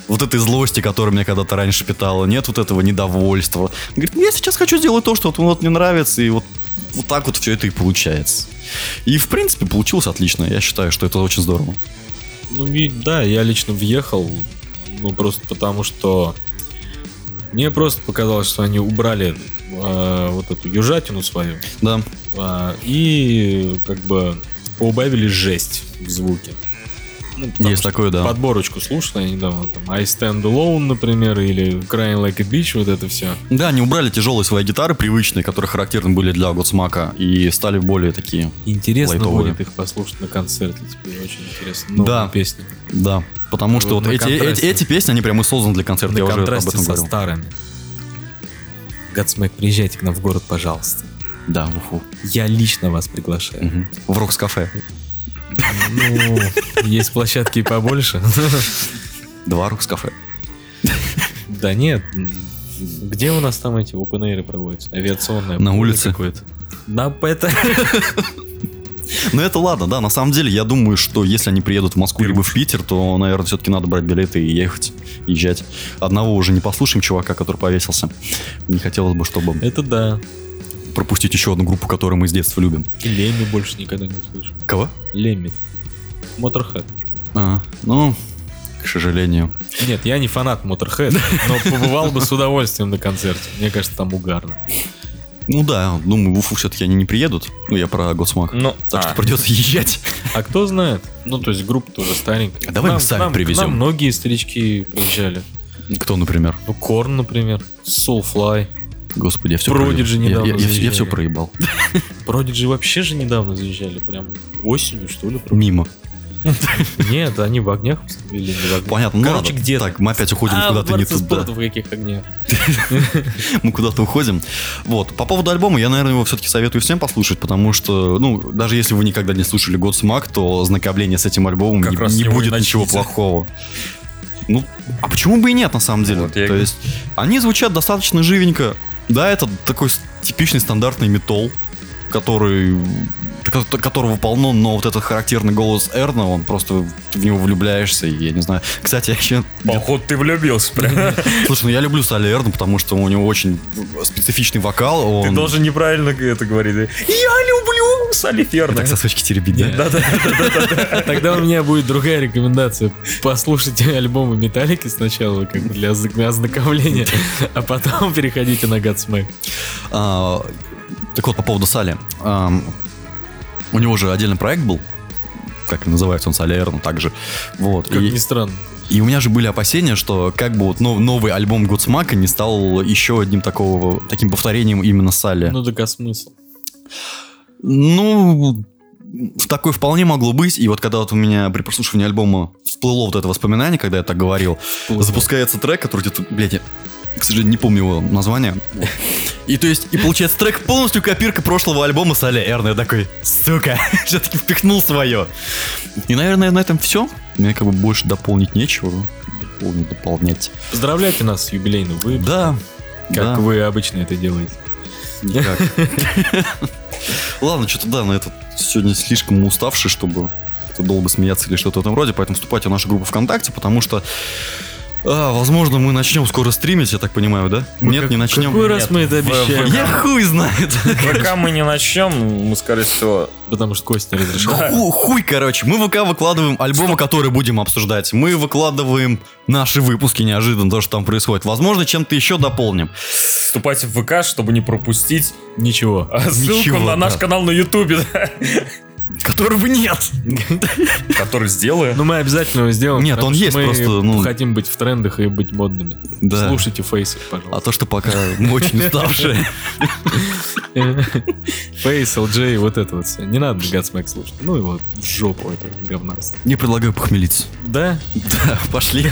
Speaker 1: вот этой злости, которая меня когда-то раньше питала, нет вот этого недовольства. Говорит, я сейчас хочу сделать то, что вот, вот мне нравится, и вот, вот так вот все это и получается. И, в принципе, получилось отлично. Я считаю, что это очень здорово.
Speaker 2: Ну и да, я лично въехал, ну просто потому что мне просто показалось, что они убрали э, вот эту южатину свою
Speaker 1: Да.
Speaker 2: э, и как бы поубавили жесть в звуке. Ну, потому
Speaker 1: Есть
Speaker 2: что
Speaker 1: такое, да.
Speaker 2: Подборочку слушал я недавно, там, I Stand Alone, например, или Crying Like a Beach, вот это все.
Speaker 1: Да, они убрали тяжелые свои гитары, привычные, которые характерны были для Годсмака, и стали более такие.
Speaker 2: Интересно
Speaker 1: Лайтовые.
Speaker 2: будет их послушать на концерте, теперь очень интересно. Новые
Speaker 1: Да.
Speaker 2: песни.
Speaker 1: Да. Потому что вот
Speaker 2: На
Speaker 1: эти, эти,
Speaker 2: контрасте.
Speaker 1: эти песни, они прямо и созданы для концерта, я
Speaker 2: на
Speaker 1: уже об
Speaker 2: контрасте
Speaker 1: этом
Speaker 2: со
Speaker 1: говорил.
Speaker 2: старыми. Гадсмэк, приезжайте к нам в город, пожалуйста.
Speaker 1: Да, в Уфу.
Speaker 2: Я лично вас приглашаю.
Speaker 1: Мгм. В Рокс-кафе.
Speaker 2: Ну, есть площадки и побольше.
Speaker 1: Два Рокс-кафе.
Speaker 2: Да нет. Где у нас там эти open проводятся? Авиационная.
Speaker 1: На
Speaker 2: поле
Speaker 1: улице.
Speaker 2: какое-то. На это.
Speaker 1: Ну это ладно, да, на самом деле я думаю, что если они приедут в Москву либо в Питер, то, наверное, все-таки надо брать билеты и ехать, езжать. Одного уже не послушаем чувака, который повесился. Не хотелось бы, чтобы
Speaker 2: Это да.
Speaker 1: пропустить еще одну группу, которую мы с детства любим.
Speaker 2: И Лемми больше никогда не услышу.
Speaker 1: Кого?
Speaker 2: Лемми. Моторхед.
Speaker 1: А, ну, к сожалению.
Speaker 2: Нет, я не фанат Моторхед, но побывал бы с удовольствием на концерте. Мне кажется, там угарно.
Speaker 1: Ну да, думаю, в Уфу все-таки они не приедут. Ну, я про Госмак.
Speaker 3: Ну,
Speaker 1: Так
Speaker 3: а,
Speaker 1: что придется езжать.
Speaker 2: А кто знает? Ну, то есть группа тоже старенькая.
Speaker 1: А давай мы
Speaker 2: Нам-
Speaker 1: сами
Speaker 2: нам- к
Speaker 1: привезем.
Speaker 2: Нам многие старички приезжали.
Speaker 1: Кто, например?
Speaker 2: Ну, Корн, например, Soulfly.
Speaker 1: Господи, я все
Speaker 2: Prodigy недавно заезжали.
Speaker 1: все проебал.
Speaker 2: Prodigy вообще же недавно заезжали, прям осенью, что ли? прям.
Speaker 1: Мимо.
Speaker 2: Нет, они в огнях или не в огнях.
Speaker 1: Понятно. ну
Speaker 2: Короче,
Speaker 1: ладно.
Speaker 2: где-то.
Speaker 1: Так, мы опять уходим
Speaker 2: А,
Speaker 1: куда-то не
Speaker 2: дворцы
Speaker 1: туда.
Speaker 2: спорта в каких огнях.
Speaker 1: мы куда-то уходим. Вот, по поводу альбома, я, наверное, его все-таки советую всем послушать, потому что, ну, даже если вы никогда не слушали Годсмак, то знакомление с этим альбомом
Speaker 3: Как
Speaker 1: не,
Speaker 3: раз с
Speaker 1: не
Speaker 3: него и
Speaker 1: будет ничего
Speaker 3: начните.
Speaker 1: плохого. Ну, а почему бы и нет, на самом деле?
Speaker 3: Вот
Speaker 1: То
Speaker 3: я и говорю.
Speaker 1: есть, они звучат достаточно живенько. Да, это такой с- типичный стандартный метал, который ко- которого полно, но вот этот характерный голос Эрна, он просто в него влюбляешься, и я не знаю. Кстати, я еще
Speaker 3: походу, ты влюбился прям.
Speaker 1: Слушай, ну я люблю Салли Эрна, потому что у него очень специфичный вокал. Он...
Speaker 3: Ты должен неправильно это говорить. Я люблю
Speaker 1: Я
Speaker 3: Салиферна.
Speaker 1: так сосочки теребить, да?
Speaker 3: Да, да,
Speaker 2: Тогда у меня будет другая рекомендация. Послушайте альбомы Металлики сначала, как бы для озна- ознакомления, а потом переходите на Godsmack.
Speaker 1: А, так вот, по поводу Салли. Ам, у него же отдельный проект был, как и называется он, Салли Эрна также. Вот.
Speaker 2: Как
Speaker 1: и,
Speaker 2: ни странно.
Speaker 1: и у меня же были опасения, что как бы вот нов- новый альбом Гудсмака не стал еще одним такого, таким повторением именно Салли.
Speaker 2: Ну так а смысл?
Speaker 1: Ну, в такое вполне могло быть. И вот когда вот у меня при прослушивании альбома всплыло вот это воспоминание, когда я так говорил, запускается трек, который где-то, блядь, я, к сожалению, не помню его название. И то есть, и получается трек полностью копирка прошлого альбома Салли Эрна. Я такой, сука, все-таки впихнул свое. И, наверное, на этом все. Мне как бы больше дополнить нечего. Дополнить, дополнять.
Speaker 2: Поздравляйте нас с юбилейным. Вы
Speaker 1: Да. да.
Speaker 2: Как вы обычно это делаете.
Speaker 1: Никак. Ладно, что-то да, на этот сегодня слишком мы уставшие, чтобы как-то долго смеяться или что-то в этом роде, поэтому вступайте в нашу группу ВКонтакте, потому что, а, возможно, мы начнем скоро стримить, я так понимаю, да? Нет, не
Speaker 2: Какой
Speaker 1: начнем.
Speaker 2: раз мы это обещаем?
Speaker 1: Я хуй знает.
Speaker 3: ВК мы не начнем, мы, скорее всего,
Speaker 2: Потому что Костя разрешил.
Speaker 1: Ху- Хуй, короче, мы в ВК выкладываем альбомы, которые будем обсуждать. Мы выкладываем наши выпуски неожиданно, то, что там происходит. Возможно, чем-то еще дополним.
Speaker 3: вступайте в ВК, чтобы не пропустить
Speaker 2: Ничего.
Speaker 3: а, ссылку
Speaker 1: Ничего,
Speaker 3: на
Speaker 1: да.
Speaker 3: наш канал на Ютубе, да,
Speaker 1: Которого нет!
Speaker 3: который сделаем.
Speaker 2: Ну мы обязательно его сделаем.
Speaker 1: Нет,
Speaker 2: потому
Speaker 1: он
Speaker 2: что
Speaker 1: есть,
Speaker 2: мы
Speaker 1: просто, ну-
Speaker 2: хотим быть в трендах и быть модными.
Speaker 1: Да.
Speaker 2: Слушайте фейсы,
Speaker 1: А
Speaker 2: пожалуйста.
Speaker 1: то, что пока мы очень уставшие.
Speaker 2: Фейс, LJ, вот это вот все. Не надо Godsmack слушать. Ну его в жопу это говнарство.
Speaker 1: Не предлагаю похмелиться.
Speaker 2: Да?
Speaker 1: Да, пошли.